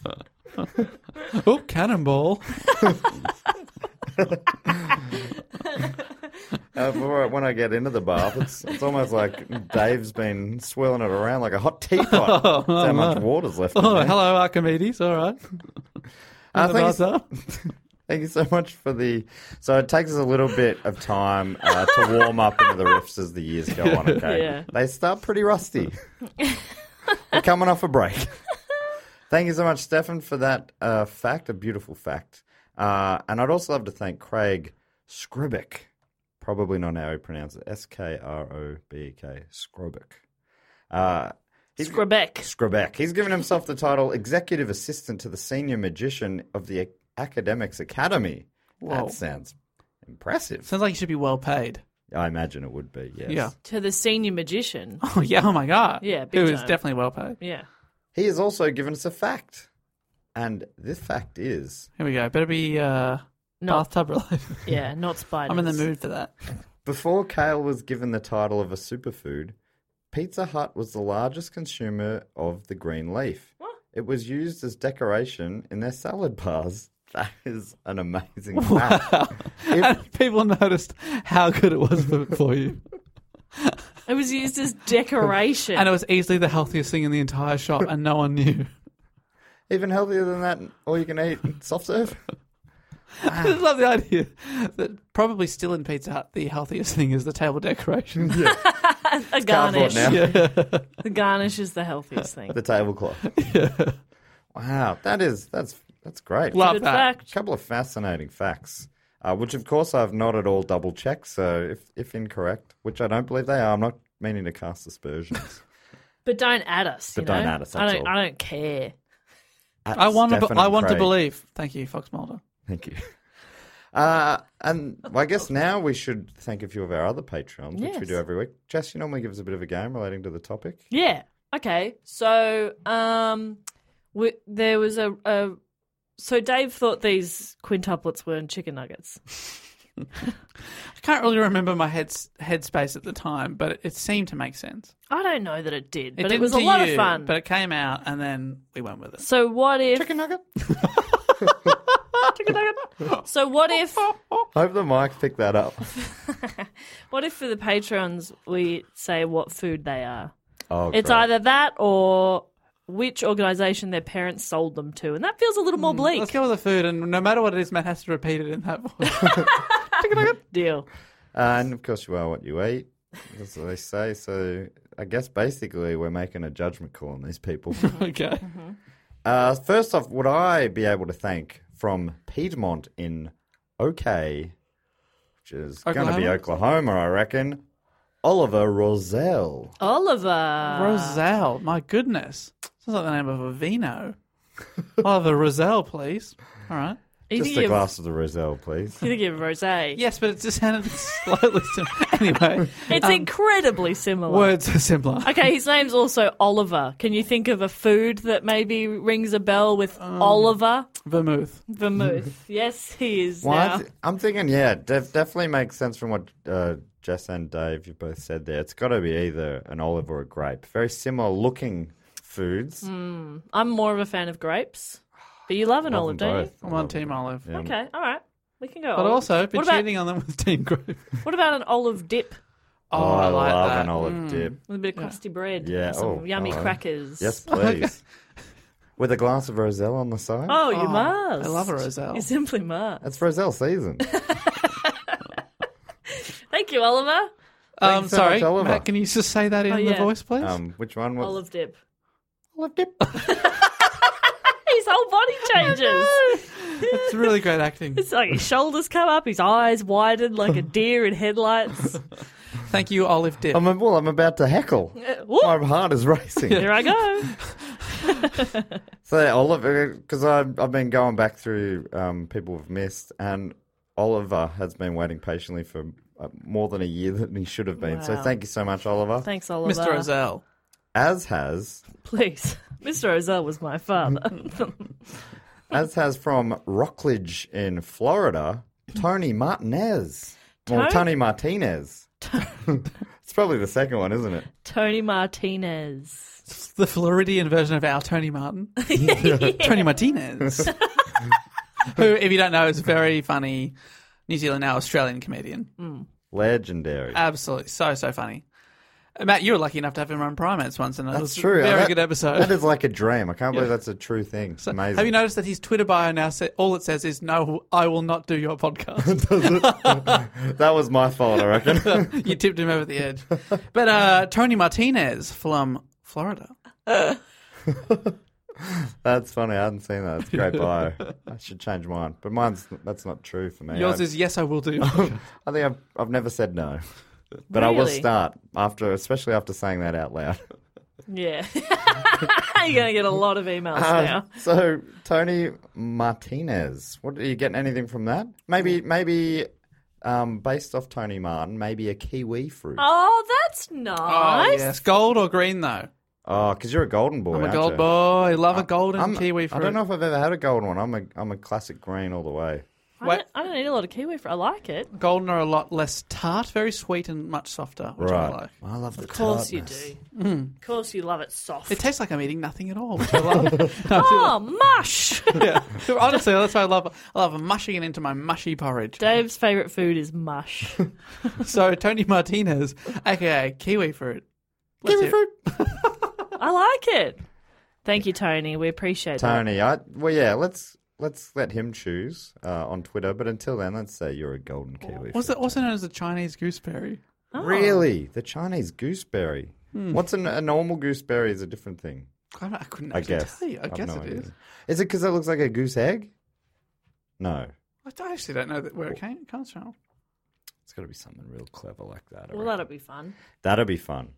Oh, cannonball.
Uh, before I- when I get into the bath, it's, it's almost like Dave's been swirling it around like a hot teapot. That's how much water's left. in
Oh,
there.
hello, Archimedes. All right.
Uh,
In the
thanks-
bathtub.
Thank you so much for the. So it takes us a little bit of time uh, to warm up into the riffs as the years go on. Okay,
Yeah.
they start pretty rusty. We're coming off a break. Thank you so much, Stefan, for that uh, fact. A beautiful fact. Uh, and I'd also love to thank Craig Skrobik. Probably not how he pronounces it. S K R O B E K. Skrobik. Uh, he's-
Quebec.
Skrbeck. He's given himself the title Executive Assistant to the Senior Magician of the Ac- Academics Academy.
Whoa.
That sounds impressive.
Sounds like you should be well paid.
I imagine it would be, yes.
Yeah.
To the senior magician.
Oh yeah. Oh my god.
Yeah,
Who
big
is
time.
definitely well paid.
Yeah.
He has also given us a fact. And this fact is
Here we go. Better be uh,
Not,
bathtub related.
yeah, not spiders.
I'm in the mood for that.
before kale was given the title of a superfood, Pizza Hut was the largest consumer of the green leaf. It was used as decoration in their salad bars. That is an amazing fact. If-
And people noticed how good it was for, for you.
It was used as decoration.
And it was easily the healthiest thing in the entire shop, and no one knew.
Even healthier than that, all you can eat soft serve.
Ah.
I just love the idea that probably still in Pizza Hut, the healthiest thing is the table decoration.
a
Cardboard
garnish.
now.
The garnish is the healthiest thing.
the tablecloth. Wow, that is that's that's great.
love
Good
that.
a
fact.
couple of fascinating facts, uh, which of course I've not at all double checked. So if if incorrect, which I don't believe they are, I'm not meaning to cast aspersions.
But don't add us. You
But don't
know?
add us,
I
that's
don't.
all.
I don't care.
At
I want to.
Stefan
Be- I
and
want to
Craig.
believe. Thank you, Fox Mulder.
Thank you. Uh, and well, I guess now we should thank a few of our other patrons, which we
Yes.
do every week. Jess, you normally give us a bit of a game relating to the topic.
Yeah. Okay. So, um, we, there was a, a So Dave thought these quintuplets were in chicken nuggets.
I can't really remember my head headspace at the time, but it, it seemed to make sense.
I don't know that it did, but it,
didn't
was a
to
lot
you,
of fun.
But it came out, and then we went with it.
so what if
Chicken nugget?
chicken nugget? So what if
Hope the mic picked that up.
what if for the patrons we say what food they are?
Oh,
It's
crap.
either that or which organisation their parents sold them to, and that feels a little
Hmm,
more bleak.
Let's go with the food, and no matter what it is, Matt has to repeat it in that voice.
Deal.
And of course, you are what you eat. That's what they say. So I guess basically we're making a judgment call on these people.
okay.
uh, first off, would I be able to thank from Piedmont in OK, which is going to be Oklahoma, I reckon, Oliver Roselle.
Oliver.
Roselle, my goodness. Sounds like the name of a vino. oh, the Roselle, please. All right.
You
Just
think
a
of-
glass of the Roselle, please.
you think of rose.
Yes, but it just sounded slightly similar. Anyway,
It's
Um,
incredibly similar.
words are similar.
Okay, his name's also Oliver. Can you think of a food that maybe rings a bell with
Um,
Oliver
Vermouth.
Vermouth? yes, he is
Well, I
now.
th- I'm thinking, yeah, def- definitely makes sense from what uh, Jess and Dave you both said there. It's got to be either an olive or a grape. Very similar looking
Mm,
foods.
I'm more of a fan of grapes, but you love an
Love
olive,
them
don't you?
both. I
I'm on
love
Team
them.
Olive.
Yeah.
Okay, all right. We can go.
But
olive.
also, I've been
what about,
cheating on them with Team Grape.
What about an olive dip
Oh,
Oh, I,
like
love
that.
an olive dip.
with a bit of crusty bread?
Yeah,
and some
oh,
yummy
hello.
crackers.
Yes, please. With a glass of Roselle on the side.
Oh, you must.
I love a Roselle.
You simply must.
That's Roselle season.
Thank you, Oliver.
Um,
so
sorry,
much, Oliver.
Matt, can you just say that in
Oh,
the
yeah.
voice, please?
um, which one was?
Olive dip.
Olive dip.
His whole body changes.
It's really great acting.
It's like his shoulders come up, his eyes widen like a deer in headlights.
Thank you, Olive Dip.
I'm, well, I'm about to heckle.
whoop.
My heart is racing.
There I go.
So yeah, Oliver, because I've, I've been going back through um, people we've missed, and Oliver has been waiting patiently for uh, more than a year than he should have been. So
Wow.
thank you so much, Oliver.
Thanks, Oliver.
Mr. Roselle.
as has,
Please. Mr. Ozell was my father.
as has from Rockledge in Florida, Tony Martinez. Well,
Tony-
Tony Martinez. it's probably the second one, isn't it?
Tony Martinez.
The Floridian version of our Tony Martin. Tony Martinez. Who, if you don't know, is a very funny New Zealand, now Australian comedian.
Legendary.
Absolutely. So, so funny. Uh, Matt, you were lucky enough to have him on Primates once, and that
that's
was a
true.
Very
That-
good episode.
That is like a dream. I can't believe that's a true thing. It's amazing.
Have you noticed that his Twitter bio now said all it says is "No, I will not do your podcast."
that was my fault, I reckon.
you tipped him over the edge. But uh, Tony Martinez from Florida.
That's funny. I hadn't seen that. That's a great bio. I should change mine, but mine's that's not true for me.
Yours
I,
is yes, I will do. Your podcast."
I think I've I've never said no, but I will
Really?
start after, especially after saying that out loud.
Yeah. You're going to get a lot of emails now.
Uh, so Tony Martinez, what are you getting anything from that?
Mm.
Maybe maybe um, based off Tony Martin, maybe a kiwi fruit.
Oh, that's
oh
nice.
yes, gold or green though.
Oh, because you're a golden boy.
I'm a
aren't
gold
you?
boy. Love a golden
I'm-
kiwi
I
fruit.
don't know if I've ever had a golden one. I'm a I'm a classic green all the way.
I, don't, I don't need a lot of kiwi fruit. I like it.
Golden are a lot less tart, very sweet and much softer, which I like.
I love the
Of course you
tartness. Hmm.
do. Of course you love it soft.
It tastes like I'm eating nothing at all, which I love. No,
oh, mush.
yeah. Honestly, that's why I love I love mushing it into my mushy porridge.
Dave's favourite food is mush.
So Tony Martinez, aka kiwi fruit. kiwi fruit.
I like it. Thank you, Tony. We appreciate that.
Tony, I well, yeah, let's let's let him choose uh, on Twitter. But until then, let's say you're a golden kiwi.
What's
fruit.
it also known as the Chinese gooseberry?
Oh.
Really, the Chinese gooseberry.
Hmm.
What's an, a normal gooseberry is a different thing.
I, don't- I couldn't
I
actually
guess.
tell you. I
I've
guess
no
it
idea.
is.
Is it because it looks like a goose egg? No,
I d- I actually don't know that where it came, comes from.
it's got to be something real clever like that. I
Well,
reckon.
that'll be fun.
that'll be fun.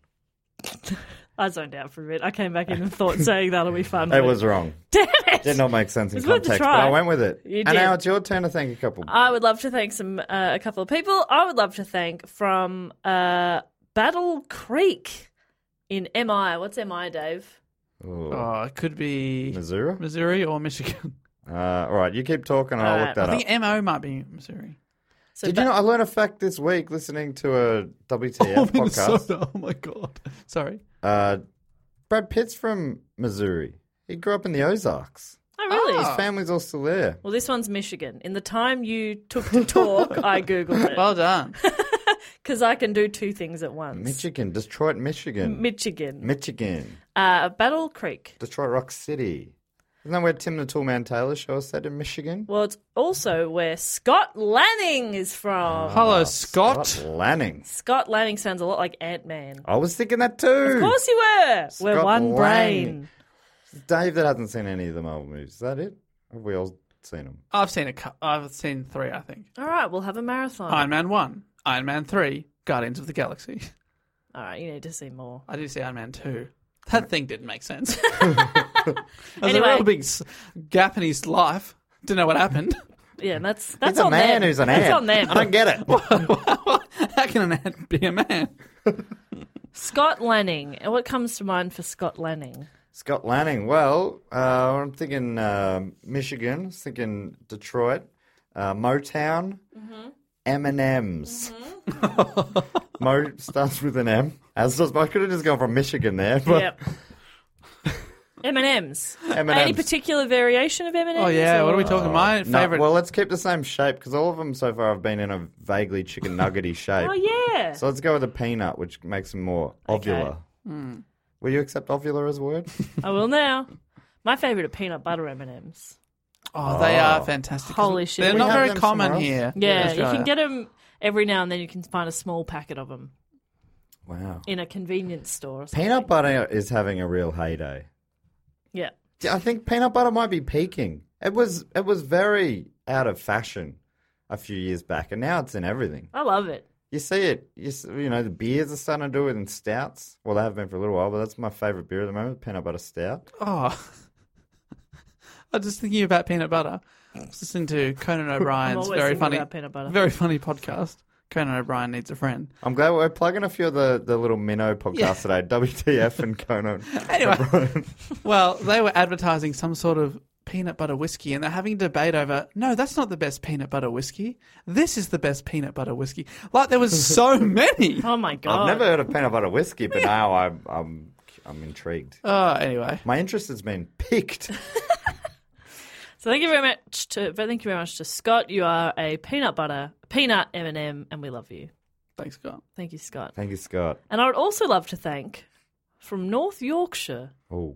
I zoned out for a bit. I came back in and thought saying that'll be fun.
It
but-
was wrong.
Damn it!
Did not make sense in
It's worth a
context, but
try.
I went with it.
You
and
did.
now it's your turn to thank a couple.
Ah.
I would love to thank some uh, a couple of people. I would love to thank from uh, Battle Creek in MI. What's MI, Dave?
Ooh.
Oh, it could be
Missouri.
Missouri or Michigan.
Uh, all right, you keep talking. I'll
All
look
right.
that
Uh, I
up.
think MO might be Missouri.
So
Did
ba-
you know I learned a fact this week listening to a WTF
Oh,
podcast?
Minnesota. Oh, my God. Sorry.
Uh, Brad Pitt's from Missouri. He grew up in the Ozarks.
Oh, really?
Ah.
His family's all still there.
Well, this one's Michigan. In the time you took to talk, I googled it
Well done.
Ah,
because I can do two things at once.
Michigan, Detroit, Michigan.
Michigan,
Michigan.
uh, Battle Creek.
Detroit Rock City. Isn't that where Tim the Toolman Taylor show is set in Michigan?
Well, it's also where Scott Lanning is from.
Oh.
Hello, Scott.
Uh, Scott Lanning.
Scott Lanning sounds a lot like Ant Man.
I was thinking that too.
Of course you were. we're
Oh. Scott
one
Lanning.
brain.
Dave that hasn't seen any of the Marvel movies. Is that it? Have we all seen them?
I've seen a cou- I've seen three, I think.
All right, we'll have a marathon.
Iron Man 1, Iron Man 3, Guardians of the Galaxy.
All right, you need to see more.
I did see Iron Man 2. That thing didn't make sense. There was
Anyway.
a real big s- gap in his life. Didn't know what happened.
Yeah, and that's
He's
that's
a
on
man
them.
who's an
That's
ant.
on them.
I don't get it.
How can an ant be a man?
Scott Lanning. And What comes to mind for Scott Lanning?
Scott Lanning. Well, uh, I'm thinking uh, Michigan. I was thinking Detroit, uh, Motown,
Mm-hmm.
M and M's. Mo starts with an M. As does, I could have just gone from Michigan there, but
Yep. M and M's.
M
Any
and M's.
particular variation of M and M's?
Oh, yeah. What are we talking My
No,
favorite.
well, let's keep the same shape because all of them so far have been in a vaguely chicken nuggety shape.
Oh yeah.
So let's go with a peanut, which makes them more ovular. Will you accept ovular as a word?
I will now. My favourite are peanut butter M and M's.
oh, they are fantastic. 'cause
Holy shit.
They're
We
not
have
very
them
common
somewhere
here.
else.
Yeah, you
Australia.
can get them every now and then. You can find a small packet of them
wow.
in a convenience store. Or something.
Peanut butter is having a real heyday.
Yeah.
Yeah, I think peanut butter might be peaking. It was it was very out of fashion a few years back, and now it's in everything.
I love it.
You see it. You, s you know the beers are starting to do it in stouts. Well, they have been for a little while, but that's my favorite beer at the moment, peanut butter stout.
Oh. I was just thinking about peanut butter. I was listening to Conan O'Brien's
always
very
thinking
funny,
about peanut butter.
very funny podcast. Conan O'Brien needs a friend.
I'm glad we're plugging a few of the, the little minnow podcasts today, WTF and Conan.
Anyway, well, they were advertising some sort of peanut butter whiskey, and they're having a debate over. No, that's not the best peanut butter whiskey. This is the best peanut butter whiskey. Like there was so many.
Oh my god.
I've never heard of peanut butter whiskey, but now I'm I'm I'm intrigued.
Oh, anyway,
My interest has been piqued.
So thank you very much to thank you very much to Scott. You are a peanut butter peanut M and M, and we love you.
thanks, Scott.
Thank you, Scott.
Thank you, Scott.
And I would also love to thank from North Yorkshire,
Oh,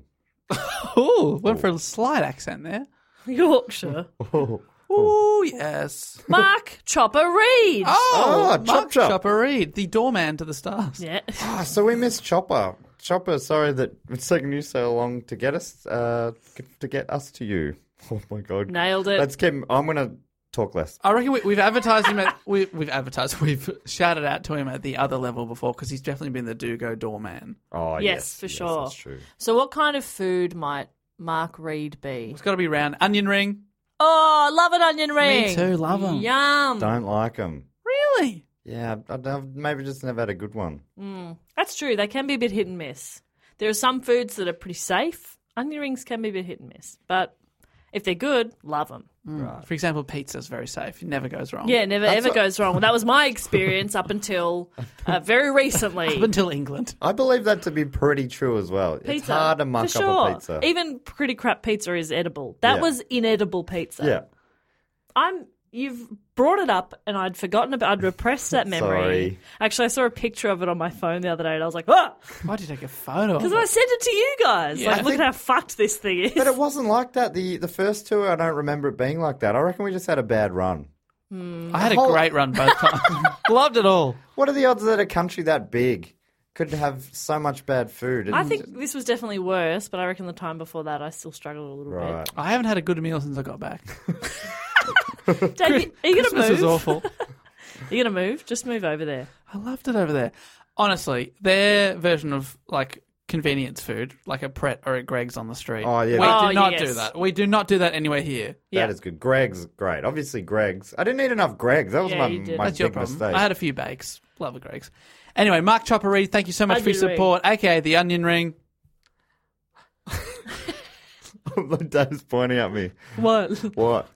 Ooh, went for a slight accent there.
Yorkshire,
Ooh, yes.
Mark Chopper Reed.
Oh,
Oh,
Mark
Chop Chop.
Chopper Reed, the doorman to the stars.
Yeah.
Ah, so we missed Chopper. Chopper, sorry that it's taken you so long to get us uh, to get us to you. Oh my god,
Nailed it.
Let's keep. I'm gonna talk less.
I reckon we, we've advertised him at we, we've advertised we've shouted out to him at the other level before because he's definitely been the do go doorman.
Oh
Yes,
yes,
for
yes,
sure.
That's true.
So what kind of food might Mark Reed be?
It's got to be round onion ring.
Oh, love an onion ring.
too, love 'em.
Yum.
Don't like them.
Really?
Yeah, I've, I've maybe just never had a good one.
That's true. They can be a bit hit and miss. There are some foods that are pretty safe. Onion rings can be a bit hit and miss, but if they're good, love them.
For example, pizza's very safe. It never goes wrong.
Yeah, never ever goes wrong. Well, that was my experience up until uh, very recently.
Up until England.
I believe that to be pretty true as well. it's
pizza,
hard to muck
for sure.
up a pizza.
Even pretty crap pizza is edible. That
Yeah.
was inedible pizza.
yeah.
I'm. You've brought it up, and I'd forgotten about. I'd repressed that memory.
Sorry.
Actually, I saw a picture of it on my phone the other day, and I was like, "Ah!"
Why did you take a photo? of
Because
it?
I sent it to you guys.
Yeah.
like,
I
look at how fucked this thing is.
But it wasn't like that. The the first two, I don't remember it being like that. I reckon we just had a bad run.
I had a great run both times. Loved it all.
What are the odds that a country that big could have so much bad food?
I think this was definitely worse, but I reckon the time before that I still struggled a little
right.
I haven't had a good meal since I got back.
bit. Dave, are you going to
Christmas
move?
was awful.
Are you going to move? Just move over there.
I loved it over there. Honestly, their version of like convenience food, like a Pret or a Greg's on the street.
Oh, yeah.
we
Oh,
do not
yes.
do that. We do not do that anywhere here.
Yeah.
That is good. Greg's great. Obviously, Greg's. I didn't eat enough Greg's. That was
Yeah,
my,
you did.
my
That's your
big
problem.
mistake.
I had a few bakes. Love a Greg's. Anyway, Mark Chopper Reed, thank you so much
Onion
for your
ring.
support, aka the Onion Ring.
Dave's pointing at me.
What?
What?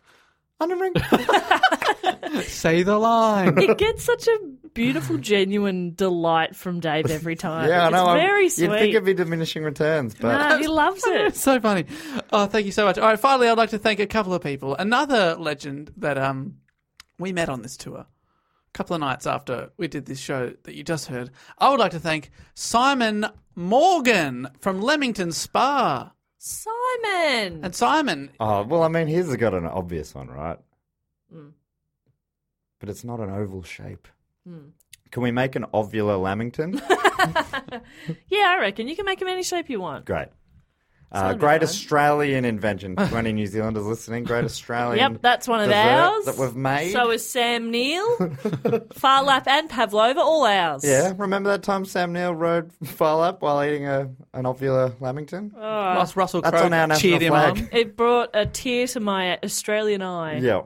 Say the line.
It gets such a beautiful, genuine delight from Dave every time.
Yeah, I
it's
know. I'm-
very sweet.
You'd think it'd be diminishing returns, but
No, he loves
It's
it.
so funny. Oh, thank you so much. All right, finally, I'd like to thank a couple of people. Another legend that um we met on this tour, a couple of nights after we did this show that you just heard. I would like to thank Simon Morgan from Leamington Spa.
Simon.
And Simon,
oh well. I mean, he's got an obvious one, right?
Mm.
But it's not an oval shape.
Hmm.
Can we make an ovular Lamington?
Yeah, I reckon you can make him any shape you want.
Great. Uh, great Australian invention. To any New Zealanders listening, great Australian.
Yep, that's one of
dessert
ours.
that we've made.
So is Sam Neill, Farlap, and Pavlova, all ours.
yeah, remember that time Sam Neill rode file up while eating a an ovular Lamington?
Uh,
whilst Russell
That's
Crowe
on our national
cheered him
flag.
on.
It brought a tear to my Australian eye.
yeah.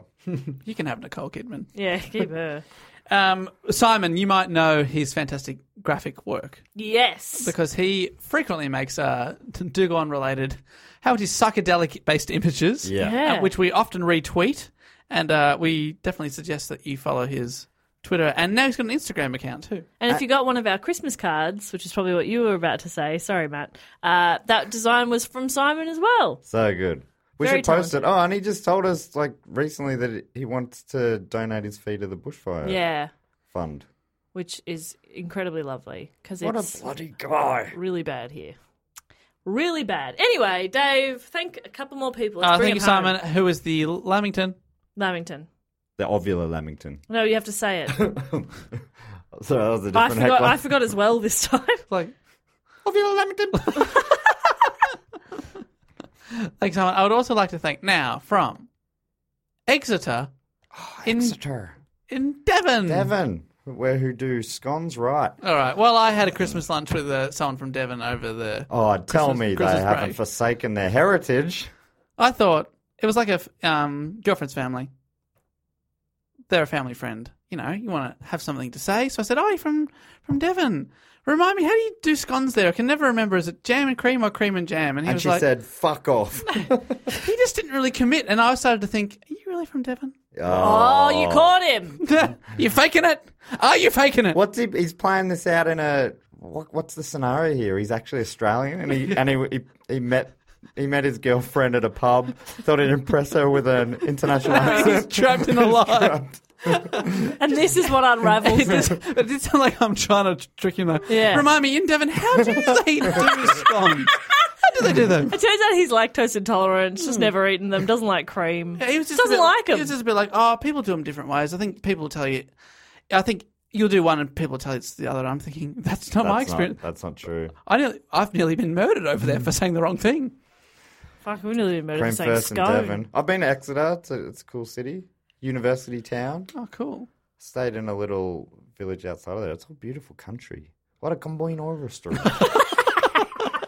You can have Nicole Kidman.
Yeah, keep her.
Um, Simon, you might know his fantastic graphic work
Yes.
because he frequently makes uh, Dugon related, how would you, psychedelic based images.
Yeah.
uh, which we often retweet, and uh, we definitely suggest that you follow his Twitter. And now he's got an Instagram account too.
And
uh,
if you got one of our Christmas cards, which is probably what you were about to say, sorry, Matt, uh, that design was from Simon as well.
So good. We
Very
should post it. Oh, and he just told us like recently that he wants to donate his fee to the bushfire
Yeah,
fund.
which is incredibly lovely because
What
it's
a bloody guy!
really bad here. Really bad. Anyway, Dave, thank a couple more people. Let's
Uh,
bring
thank
it
you,
home.
Simon. Who is the Lamington?
Lamington.
The ovular Lamington.
No, you have to say it.
So that was a
I
different
forgot.
heckler.
I forgot as well this time.
Like,
ovular Lamington.
thanks, Simon. I would also like to thank now from Exeter in
Exeter,
in Devon.
Devon, where who do scones right?
All right. Well, I had a Christmas lunch with uh, someone from Devon over the.
Oh, tell
Christmas-
me
Christmas
they haven't
break.
forsaken their heritage.
I thought it was like a f- um, girlfriend's family. They're a family friend. You know, you want to have something to say. So I said, "Oh, you're from from Devon. Remind me, how do you do scones there? I can never remember. Is it jam and cream or cream and jam?" And he
And
was
she
like,
said, "Fuck off."
"He just didn't really commit." And I started to think, "Are you really from Devon?
Oh, you caught him.
you faking it? Are you faking it?"
What's he? He's playing this out in a. What, what's the scenario here? He's actually Australian, and he and he, he he met he met his girlfriend at a pub. Thought he'd impress her with an international
He's
accent.
trapped in a lie.
And this is what unravels it.
It does- it did sound like I'm trying to trick him. Though.
Yeah.
Remind me, in Devon, how do they do scones? How do they do them?
It turns out he's lactose intolerant. Just never eaten them. Doesn't like cream.
Hmm. Yeah, he was just
doesn't
a bit,
like
He
them.
was just a bit like, oh, people do them different ways. I think people tell you, I think you'll do one and people tell you it's the other. I'm thinking that's not my
That's not- Mm.
experience.
that's not true.
I nearly, I've nearly been murdered over there for saying the wrong thing.
Fuck, we nearly murdered
Cream
the same
first in
scone.
Devon. I've been to Exeter. It's a, it's a cool city, university town.
Oh, cool.
Stayed in a little village outside of there. It's a beautiful country. What a combined orchestra. I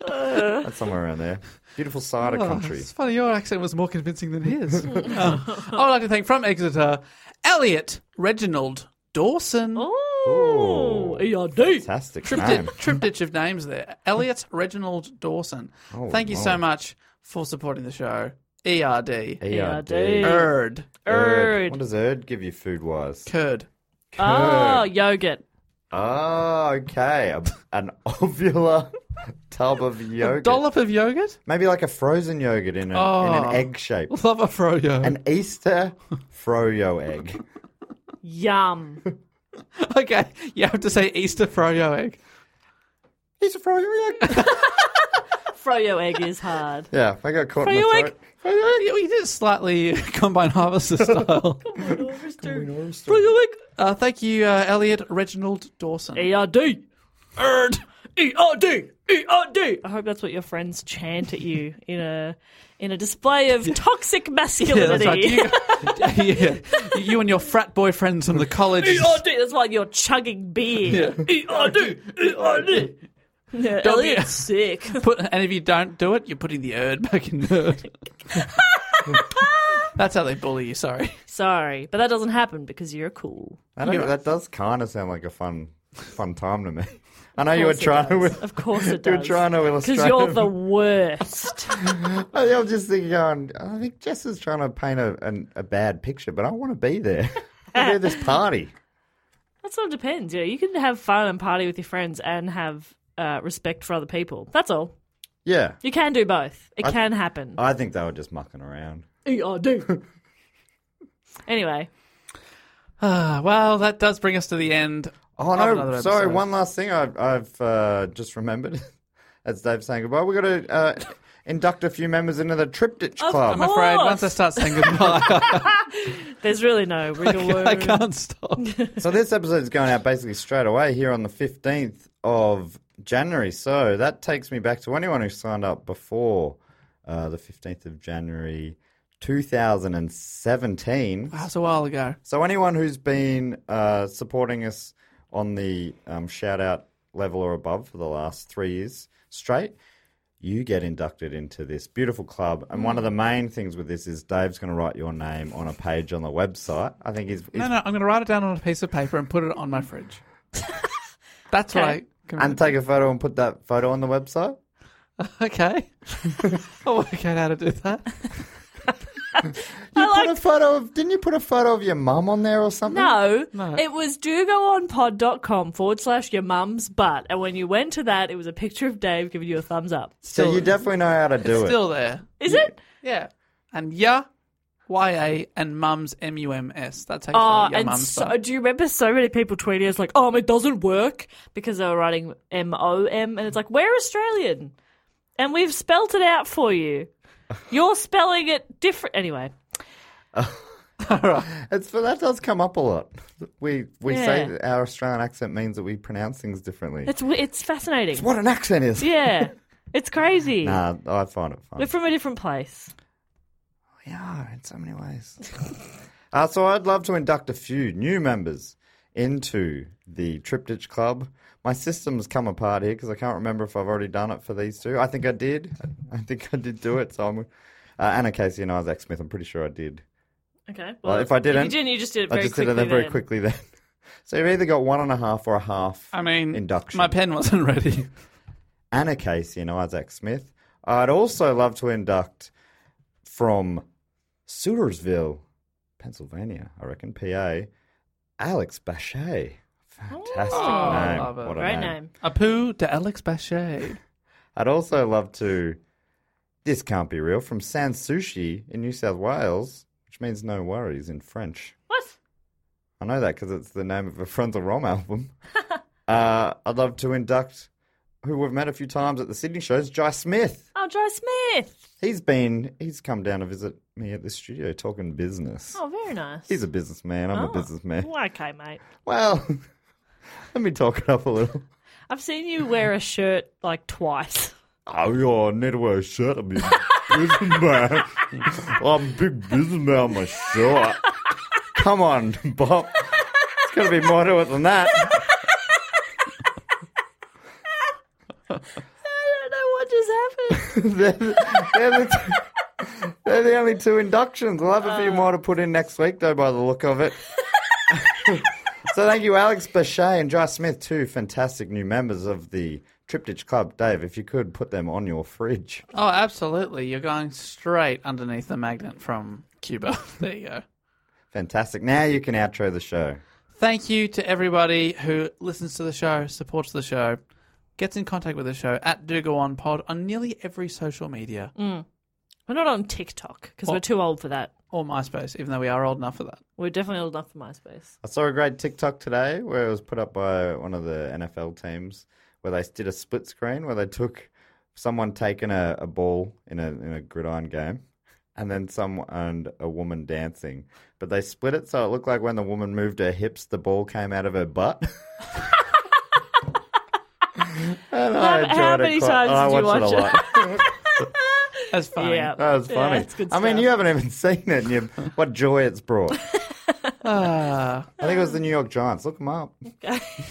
don't know. That's somewhere around there. Beautiful side of
Oh,
country.
It's funny, your accent was more convincing than his. Um, I would like to thank from Exeter, Elliot Reginald Dawson.
Oh.
E
Ooh, ERD.
Fantastic name.
Triptych, triptych of names there. Elliot Reginald Dawson.
Oh,
Thank you so
Lord.
much for supporting the show. ERD. Erd.
ERD. Erd.
Erd.
What does Erd give you food wise?
Curd.
Oh, yogurt.
Oh, okay. A- An ovular tub of yogurt.
Dollop of yogurt?
Maybe like a frozen yogurt in, a, in
Oh.
an egg shape.
Love a froyo.
An Easter froyo egg.
Yum.
okay, you have to say Easter froyo egg.
Easter froyo egg.
Froyo egg is hard.
yeah, I got caught in
Froyo
the
egg.
throat.
Froyo egg? We did it slightly combine harvester style. froyo egg. Uh, thank you, uh, Elliot Reginald Dawson.
ERD.
Erd.
ERD. ERD. I hope that's what your friends chant at you in a in a display of toxic
Yeah, that's
masculinity.
right. You, yeah. you and your frat boy friends from the college.
ERD. That's why you're chugging beer. ERD. ERD. Yeah,
Don't be-
Elliot's sick.
Put, and if you don't do it, you're putting the erd back in nerd. That's how they bully you. Sorry.
Sorry, but that doesn't happen because you're cool.
I don't know, that does kind of sound like a fun, fun time to me. I know you were
course it
trying to.
does. Of course it
You're
does.
trying to illustrate.
Because you're the worst.
I was just thinking, going, I think Jess is trying to paint a, an, a bad picture, but I want to be there. I want to be at this party.
That's all depends. Yeah, you can have fun and party with your friends and have uh, respect for other people. That's all.
Yeah.
You can do both. It
I-
can happen.
I think they were just mucking around.
anyway,
Ah, well, that does bring us to the end.
Oh,
Have
no.
another
Sorry,
episode.
one last thing I've, I've uh, just remembered as Dave's saying goodbye. We've got to uh, induct a few members into the Triptych
I'm
Club.
afraid once I start saying goodbye, I,
there's really no wiggle room.
I can't stop.
So this episode is going out basically straight away here on the 15th of January. So that takes me back to anyone who signed up before uh, the 15th of January 2017.
That's a while ago.
So anyone who's been uh, supporting us on the um, shout out level or above for the last three years straight, you get inducted into this beautiful club. And one of the main things with this is Dave's going to write your name on a page on the website. I think he's, he's
No, no, I'm going to write it down on a piece of paper and put it on my fridge. That's what I.
and take a photo and put that photo on the website.
Okay. I'll work out how to do that.
You put a photo of didn't you put a photo of your mum on there or something?
No, it was do go on pod.com forward slash your mum's butt. And when you went to that, it was a picture of Dave giving you a thumbs up.
So you definitely know how to do it.
Still there.
Is it?
Yeah. And yeah, Y A and mums M U M S. That's how you
Oh,
spell your
and
mums.
so,
stuff.
do you remember so many people tweeting us like, "Oh, it doesn't work" because they were writing M O M, and it's like we're Australian, and we've spelt it out for you. You're spelling it different anyway.
It's for that does come up a lot. We we say
Yeah.
that our Australian accent means that we pronounce things differently.
It's w- it's fascinating.
what an accent is.
Yeah, it's crazy.
Nah, I find it fun.
We're from a different place.
Yeah, in so many ways. uh, so I'd love to induct a few new members into the Triptych Club. My system's come apart here because I can't remember if I've already done it for these two. I think I did. I think I did do it. So I'm. Uh, Anna Casey and Isaac Smith. I'm pretty sure I did.
Okay.
Well, if I didn't,
you didn't. You just did it
I
very
just did
quickly.
it then very
then.
quickly then. So you've either got one and a half or a half.
I mean,
induction.
my pen wasn't ready.
Anna Casey and Isaac Smith. I'd also love to induct from Sootersville, Pennsylvania, I reckon, PA, Alex Bache. Fantastic
Oh,
name.
love it.
What a
Great name.
Apu to Alex Bachet.
I'd also love to. This can't be real. From Sanssouci in New South Wales, which means no worries in French.
What?
I know that because it's the name of a Frontal Rom album. uh, I'd love to induct who we've met a few times at the Sydney shows, Jai Smith.
Oh, Joe Smith.
He's been he's come down to visit me at the studio talking business.
Oh, very nice.
He's a businessman. I'm
Oh.
a businessman.
Well, okay, mate.
Well, let me talk it up a little.
I've seen you wear a shirt like twice.
Oh, yeah, I need to wear a shirt. I'm a businessman. I'm a big businessman on my shirt. Come on, Bob. It's got to be more to it than that.
I don't know what just happened.
they're, the- they're the two- they're the only two inductions. We'll have a few more to put in next week, though, by the look of it. so thank you, Alex Bachet and Josh Smith, two fantastic new members of the Triptych Club. Dave, if you could put them on your fridge.
Oh, absolutely. You're going straight underneath the magnet from Cuba. There you go.
Fantastic. Now you can outro the show.
Thank you to everybody who listens to the show, supports the show, gets in contact with the show at Do Go On Pod on nearly every social media
We're not on TikTok because
Oh.
we're too old for that.
or MySpace, even though we are old enough for that.
We're definitely old enough for MySpace.
I saw a great TikTok today where it was put up by one of the NFL teams where they did a split screen where they took someone taking a, a ball in a in a gridiron game and then some and a woman dancing. But they split it so it looked like when the woman moved her hips the ball came out of her butt. and I
How- how
enjoyed it
many
quite-
times
I
did you
watched it a
watch
lot.
That's fine.
Yeah,
That was funny.
that's good
I mean,
stuff.
you haven't even seen it, and you, what joy it's brought. I
Ah.
think it was the New York Giants. Look them up.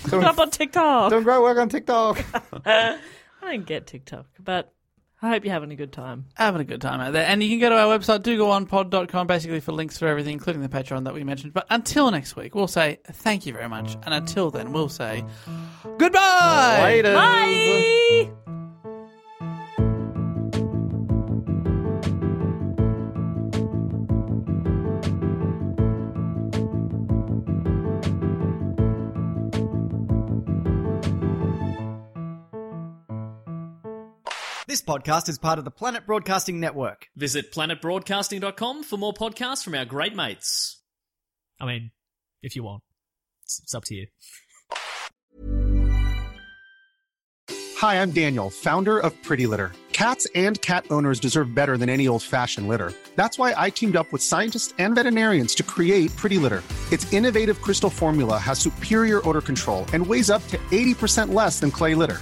Put up on TikTok.
Doing great work on TikTok.
I didn't get TikTok, but I hope you're having a good time.
Having a good time out there. And you can go to our website, dogoonpod.com, basically for links for everything, including the Patreon that we mentioned. But until next week, we'll say thank you very much. And until then, we'll say goodbye.
Uh,
Later.
Bye.
This podcast is part of the Planet Broadcasting Network.
Visit planetbroadcasting.com for more podcasts from our great mates. I mean, if you want, it's, it's up to you.
Hi, I'm Daniel, founder of Pretty Litter. Cats and cat owners deserve better than any old fashioned litter. That's why I teamed up with scientists and veterinarians to create Pretty Litter. Its innovative crystal formula has superior odor control and weighs up to 80% less than clay litter.